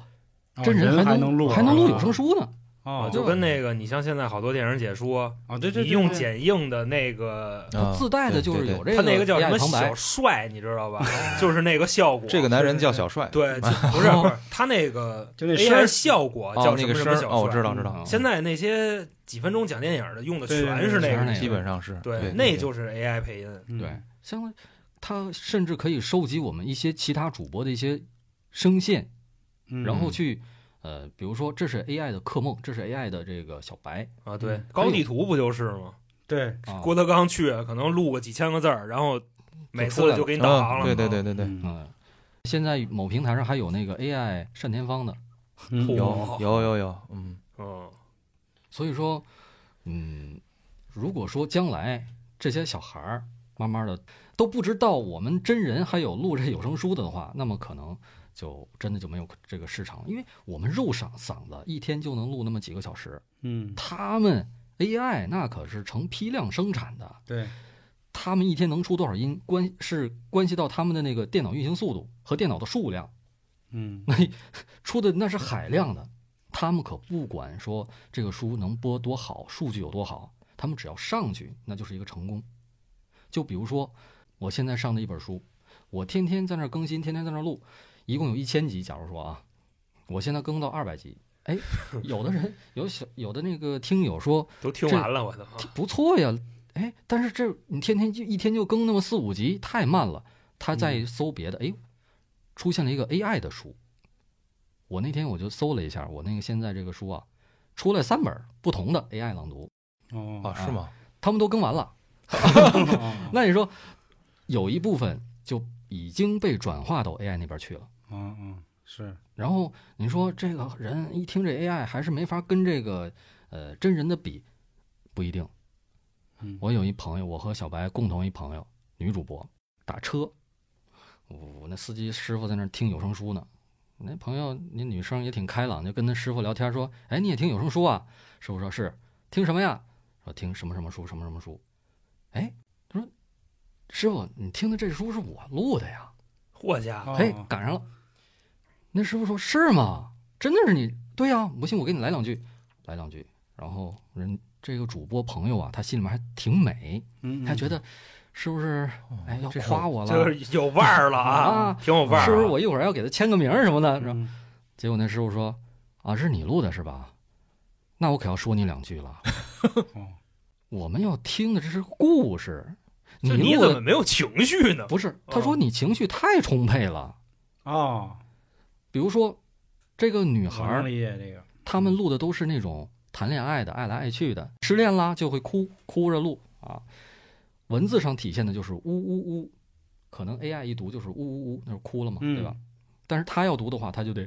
哦真人还能录啊还能录有声书书呢。哦，就跟那个，你像现在好多电影解说，哦对对，你对用对剪映的那个，它自带对的就是对有啊对这他那个叫什 AI 么旁白小帅，你知道吧？就是那个效果。这个男人哦叫小帅， 对，就不是不是，他那 个就那声儿 AI 效果哦叫，那什个么声什么儿小哦，我知帅。道知道，嗯现在那些几分钟讲电影的用的对对全是那全是个那，基本上是对，那那就是 AI 配音。嗯对，相当于他甚至可以收集我们一些其他主播的一些声线，嗯然后去。呃，比如说这是 AI 的克梦，这是 AI 的这个小白啊，对嗯，高地图不就是吗？对，啊，郭德纲去可能录个几千个字儿，然后每出次来了就给你导航啊，了。对对对对对，嗯嗯，现在某平台上还有那个 AI 单田芳的，嗯嚯有有有有，嗯，嗯，所以说，嗯，如果说将来这些小孩儿慢慢的都不知道我们真人还有录这有声书的话，那么可能就真的就没有这个市场了，因为我们肉嗓嗓子一天就能录那么几个小时，嗯他们 AI 那可是成批量生产的，对，他们一天能出多少音，关是关系到他们的那个电脑运行速度和电脑的数量。 嗯出的那是海量的，他们可不管说这个书能播多好，数据有多好，他们只要上去，那就是一个成功。就比如说我现在上的一本书，我天天在那儿更新，天天在那儿录，一共有一千集，假如说啊，我现在更到二百集，有的人有小有的那个听友说都听这完了，我的妈！不错呀，哎，但是这你天天就一天就更那么四五集，太慢了。他在搜别的，哎，出现了一个 AI 的书。我那天我就搜了一下，我那个现在这个书啊，出来三本儿不同的 AI 朗读， 哦，啊，是吗？他们都更完了。那那你说，有一部分就已经被转化到 AI 那边去了。嗯嗯是然后你说这个人一听这 AI 还是没法跟这个呃真人的比，不一定。嗯我有一朋友，我和小白共同一朋友，女主播打车，我我那司机师傅在那儿听有声书呢。我那朋友那女生也挺开朗，就跟他师傅聊天说：“哎，你也听有声书啊？”师傅说：“是，听什么呀？”说听什么什么书，什么什么书。哎，他说：“师傅，你听的这书是我录的呀。”我家哦哎，赶上了。那师傅说：“是吗？真的是你？对呀、不信我给你来两句，来两句。”然后人这个主播朋友啊，他心里面还挺美，嗯，他觉得得是不是？哦哎，要这是夸我就了，是有腕儿了啊，啊挺有腕儿啊。是不是？我一会儿要给他签个名儿什么的？是吧嗯结果那师傅说：“啊，是你录的是吧？那我可要说你两句 了哦。我们要听的这是故事，你就你录怎么哦的没有情绪呢？ 不是？他说你情绪太充沛了。哦，比如说，这个女孩我儿能理解这个，他们录的都是那种谈恋爱的，爱来爱去的，失恋啦就会哭，哭着录啊。文字上体现的就是呜呜呜，可能 AI 一读就是呜呜呜，那是哭了嘛，嗯对吧？但是他要读的话，他 就得，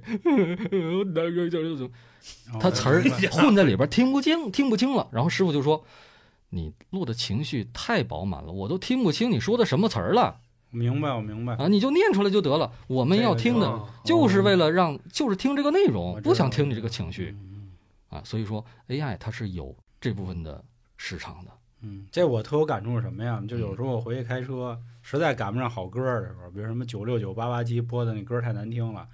他词儿哦明白 混在里边，听不清，听不清了。然后师傅就说：“你录的情绪太饱满了，我都听不清你说的什么词儿了明白，我明白。啊！你就念出来就得了。我们要听的啊就是为了让，就是听这个内容我，知不想道听你这个情绪。”哦嗯啊，所以说 AI 它是有这部分的市场的。嗯，这我特有感触是什么呀？就有时候我回去开车，实在赶不上好歌儿的时候，比如什么九六九八八七播的那歌儿太难听了，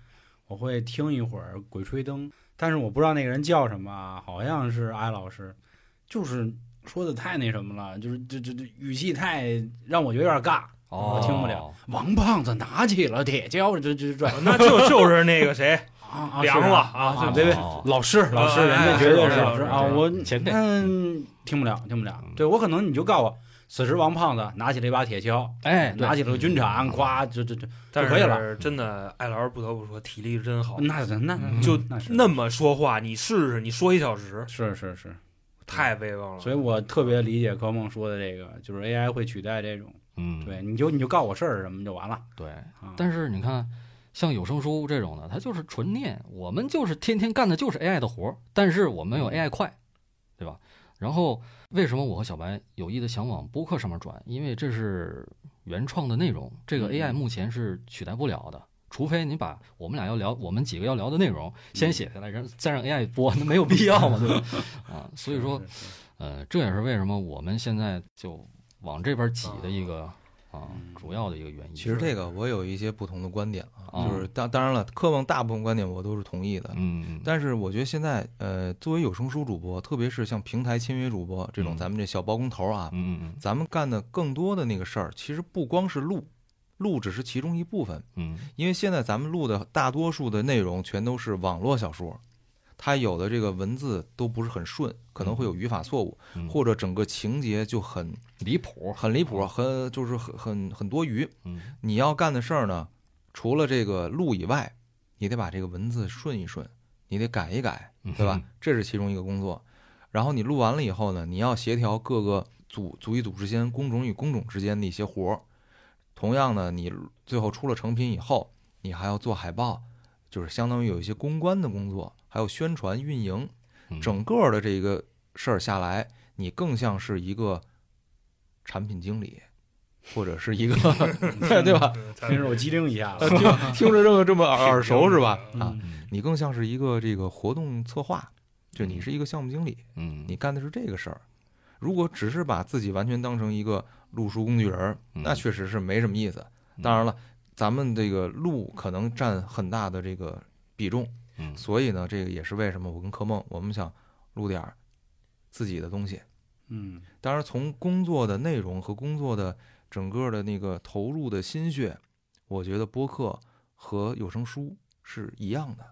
我会听一会儿《鬼吹灯》，但是我不知道那个人叫什么啊，好像是艾老师，就是说的太那什么了，就是这这这语气太让我觉得有点尬。哦我听不了。王胖子拿起了铁锹，这这这那就就是那个谁，啊，凉是了啊啊啊，就别别，哦老师，老师，哎人家哎绝对是是是老师是啊！是我前辈嗯，听不了，听不了嗯。对我可能你就告我，此时王胖子拿起了一把铁锹，哎，对拿起了个军铲，夸，这这这，但可以是了嗯真的，艾老师不得不说体力真好，那是那那就那是那么说话，你试试，你说一小时，是是是，太威风了。所以我特别理解高梦说的这个，就是 AI 会取代这种，嗯，对，你就你就告我事儿什么就完了对。啊。但是你看，像有声书这种的，它就是纯念，我们就是天天干的就是 AI 的活儿，但是我们有嗯 AI 快，对吧？然后为什么我和小白有意的想往播客上面转？因为这是原创的内容，这个嗯 AI 目前是取代不了的。除非你把我们俩要聊，我们几个要聊的内容嗯先写下来，然后再让 AI 播，那没有必要嘛，对吧？ 啊，所以说，是，是是呃，这也是为什么我们现在就往这边挤的一个啊嗯主要的一个原因。其实这个我有一些不同的观点啊，啊就是当当然了，科梦大部分观点我都是同意的，嗯，嗯但是我觉得现在呃，作为有声书主播，特别是像平台签约主播这种嗯咱们这小包工头啊，嗯嗯咱们干的更多的那个事儿，其实不光是录，录只是其中一部分，嗯因为现在咱们录的大多数的内容全都是网络小说。它有的这个文字都不是很顺，可能会有语法错误，嗯，或者整个情节就很离谱，很离谱，很就是很很很多余。嗯你要干的事儿呢，除了这个录以外，你得把这个文字顺一顺，你得改一改，嗯对吧？这是其中一个工作。然后你录完了以后呢，你要协调各个组组与组之间、工种与工种之间的一些活儿。同样呢，你最后出了成品以后，你还要做海报，就是相当于有一些公关的工作，还有宣传运营，嗯整个的这个事儿下来，你更像是一个产品经理，或者是一 个对吧？嗯真是我机灵一下呃了。听听着这么这么耳耳熟是吧？嗯啊，嗯你更像是一个这个活动策划，就你是一个项目经理，嗯，你干的是这个事儿。如果只是把自己完全当成一个录书工具人儿，嗯那确实是没什么意思。嗯当然了，咱们这个录可能占很大的这个比重，嗯所以呢，这个也是为什么我跟柯梦我们想录点儿自己的东西。嗯，当然，从工作的内容和工作的整个的那个投入的心血，我觉得播客和有声书是一样的，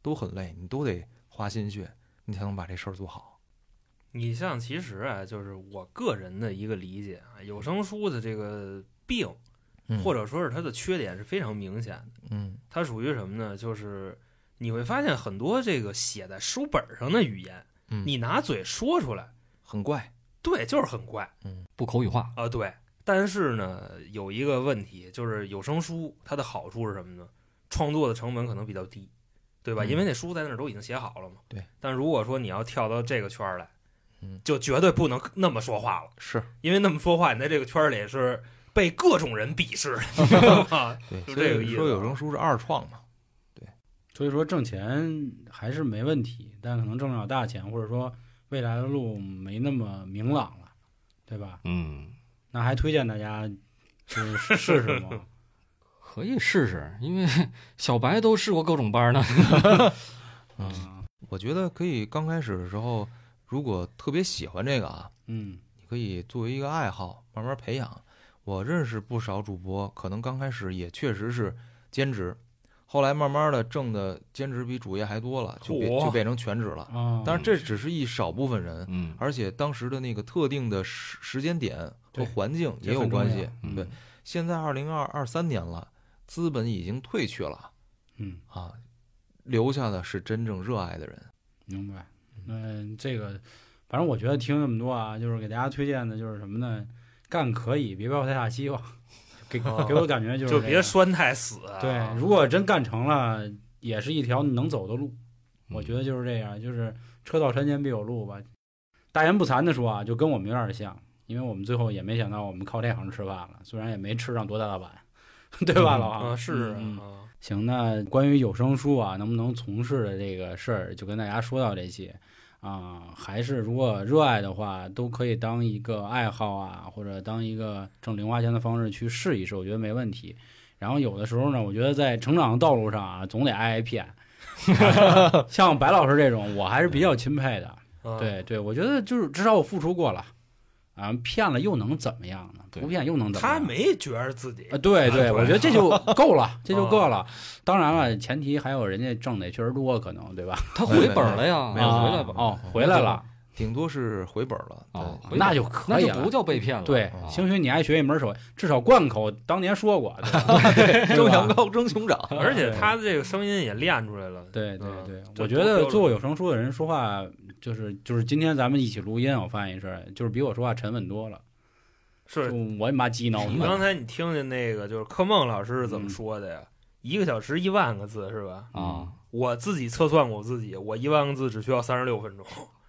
都很累，你都得花心血，你才能把这事儿做好。你像其实啊，就是我个人的一个理解啊，有声书的这个病或嗯嗯者，者说是它的缺点是非常明显的。嗯它属于什么呢？就是你会发现很多这个写在书本上的语言，嗯，你拿嘴说出来，很怪，对，就是很怪不口语化，啊，对。但是呢，有一个问题就是有声书它的好处是什么呢？创作的成本可能比较低，对吧？嗯因为那书在那儿都已经写好了嘛。对。但如果说你要跳到这个圈儿来嗯，就绝对不能那么说话了。是因为那么说话，你在这个圈儿里是被各种人 鄙视的。对，就所这个以意说思有声书是二创嘛，所以说挣钱还是没问题，但可能挣不了大钱，或者说未来的路没那么明朗了，对吧？嗯，那还推荐大家就是试试 吗？可以试试，因为 小白都试过各种班呢。啊，嗯我觉得可以刚开始的时候，如果特别喜欢这个啊，嗯，你可以作为一个爱好慢慢培养。我认识不少主播，可能刚开始也确实是兼职，后来慢慢的挣的兼职比主业还多了，就变嚯就变成全职了。啊，当然这只是一少部分人，嗯，而且当时的那个特定的时时间点和对环境这也有很重关要系。嗯对，现在二零二二三年了，资本已经退去了嗯，啊，留下的是真正热爱的人。明白。嗯，这个反正我觉得听这么多啊，就是给大家推荐的就是什么呢？干可以，别抱太大希望。给啊给我感觉就是就这别个拴太死、啊对，如果真干成了，也是一条能走的路。嗯我觉得就是这样，就是车到山前必有路吧。大言不惭的说啊，就跟我们有点像，因为我们最后也没想到我们靠这行吃饭了，虽然也没吃上多大的碗， 对吧，嗯老啊航？是啊、嗯嗯啊行，那关于有声书啊，能不能从事的这个事儿，就跟大家说到这些啊。还是如果热爱的话，都可以当一个爱好啊，或者当一个挣零花钱的方式去试一试，我觉得没问题。然后有的时候呢，我觉得在成长的道路上啊，总得挨挨骗。 像白老师这种，我还是比较钦佩的。啊对对，我觉得就是至少我付出过了，啊，骗了又能怎么样呢？对不骗又能怎么样？他没觉着自 己啊，对对对，我觉得这 就够了，这哦就够了。当然了，前提还有人家挣的确实多，可能对吧？他回本了呀，没有啊回来吧？哦，回来了，顶多是回本了。哦对回本那就可那以就不了。叫被骗了。对哦啊，兴许你还学一门手艺，至少贯口当年说 过，对吧对啊争吧 羊羔争熊掌，而且他的这个声音也练出来了。对对嗯对，这我觉多得标做准，有声书的人说话，就是就是今天咱们一起录音，我发现一事儿，就是比我说话沉稳多了。就是我也妈鸡挠哦你呢刚才你听见那个就是柯梦老师是怎嗯么说的呀？一个小时一万个字是吧？嗯啊，我自己测算过我自己，我一万个字只需要三十六分钟。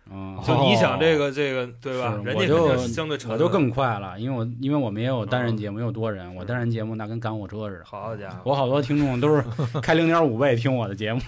嗯，就你想这哦个这个对吧？是人我家就肯定相对沉我稳，就更快了，因为我因为我们也有单人嗯节目，也有多人，我是单人节目那跟赶火车似的。好家伙，我好多听众都是开零点五倍听我的 节目，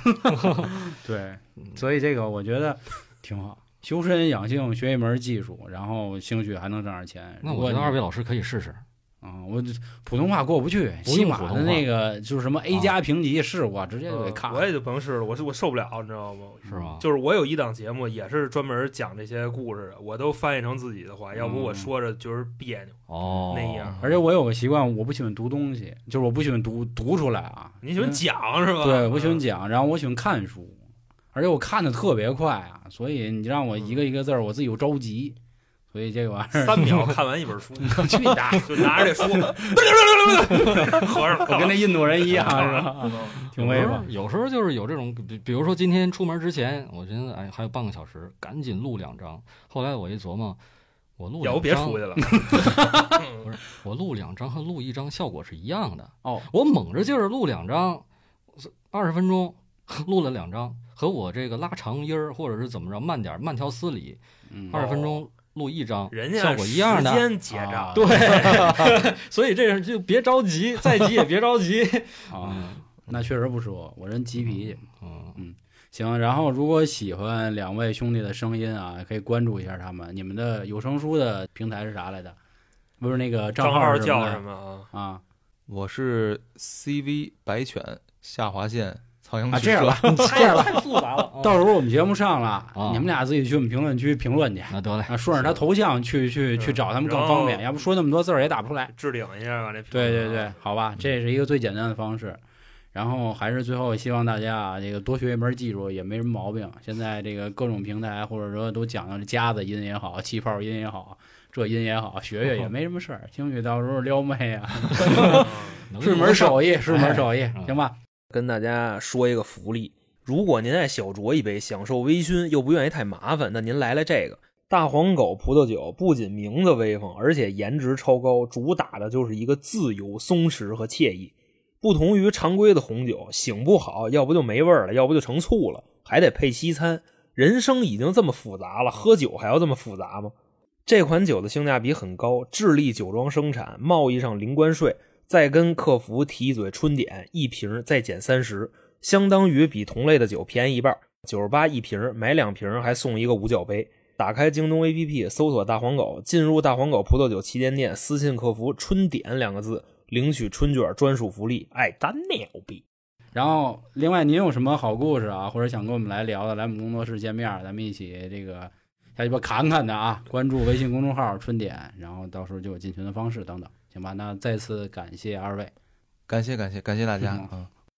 对，嗯所以这个我觉得挺好。修身养性，学一门技术，然后兴许还能挣点钱。那如我果觉得你二位老师可以试试。嗯，我普通话过不去，不用西马普的通话啊呃那个就是什么 A 加评级试过，直接就给嗯卡了。我也就甭试了，我是我受不了，你知道吗？是吗？嗯就是我有一档节目，也是专门讲这些故事的，我都翻译成自己的话，要不嗯我说着就是别扭。哦，那样而且我有个习惯，我不喜欢读东西，就是我不喜欢读读出来啊。你喜欢因为讲是吧？啊对，我喜欢讲，然后我喜欢看书，而且我看的特别快啊，所以你让我一嗯个一个字儿，我自己又着急，所以这个玩意 嗯。三秒看完一本书，儿去你大爷！就拿着这书，合上了。我跟那印度人一 样，看是完吧？了嗯挺威有时风候。有时候就是有这种，比比如说今天出门之前，我觉得哎还有半个小时，赶紧录两张。后来我一琢磨，我录要不别两张出去，了。嗯我录两张和录一张效果是一样的。哦，我猛着劲儿录两张，二十分钟 录了两张，和我这个拉长音儿或者是怎么着慢点儿慢条斯理，嗯二十分钟录一张，人家效果一样的时。间结啊账，对， 所以这是就别着急，再急也别着急。啊，那确实不说，我人急脾气。嗯，行，然后如果喜欢两位兄弟的声音啊，可以关注一下他们。你们的有声书的平台是啥来着？不是那个账号号是叫什什么么啊？的啊？我是 CV 白犬下划线曹阳啊，曲这样吧，社这样吧，太复杂 了。到时候我们节目上了啊，你们俩自己去我们评论区评论去。那得嘞，啊，顺着他头像去去去找他们更然后方便，要不说那么多字儿也打不出来。置顶一下吧，这对对对，好吧，这是一个最简单的方式。然后还是最后希望大家啊，这个多学一门技术也没什么毛病。现在这个各种平台或者说都讲究这夹子音也好，气泡音也好，这音也好，啊学学也没什么事儿。兴许到时候撩妹啊，能是用门得上手艺，是门手艺，嗯行吧？跟大家说一个福利，如果您爱小酌一杯，享受微醺，又不愿意太麻烦，那您来来这个大黄狗葡萄酒。不仅名字威风，而且颜值超高，主打的就是一个自由、松弛和惬意。不同于常规的红酒，醒不好，要不就没味儿了，要不就成醋了，还得配西餐。人生已经这么复杂了，喝酒还要这么复杂吗？这款酒的性价比很高，智利酒庄生产，贸易上零关税，再跟客服提一嘴春点，一瓶再减三十，相当于比同类的酒便宜一半，九十八一瓶，买两瓶还送一个五角杯。打开京东 APP 搜索“大黄狗”，进入大黄狗葡萄酒旗舰店，私信客服“春点”两个字，领取春卷专属福利。哎，咱牛逼！然后，另外您有什么好故事啊，或者想跟我们来聊的，来我们工作室见面，咱们一起这个下鸡巴侃侃的啊！关注微信公众号“春点”，然后到时候就有进群的方式等等，行吧？那再次感谢二位， 感谢感谢感谢大家嗯啊！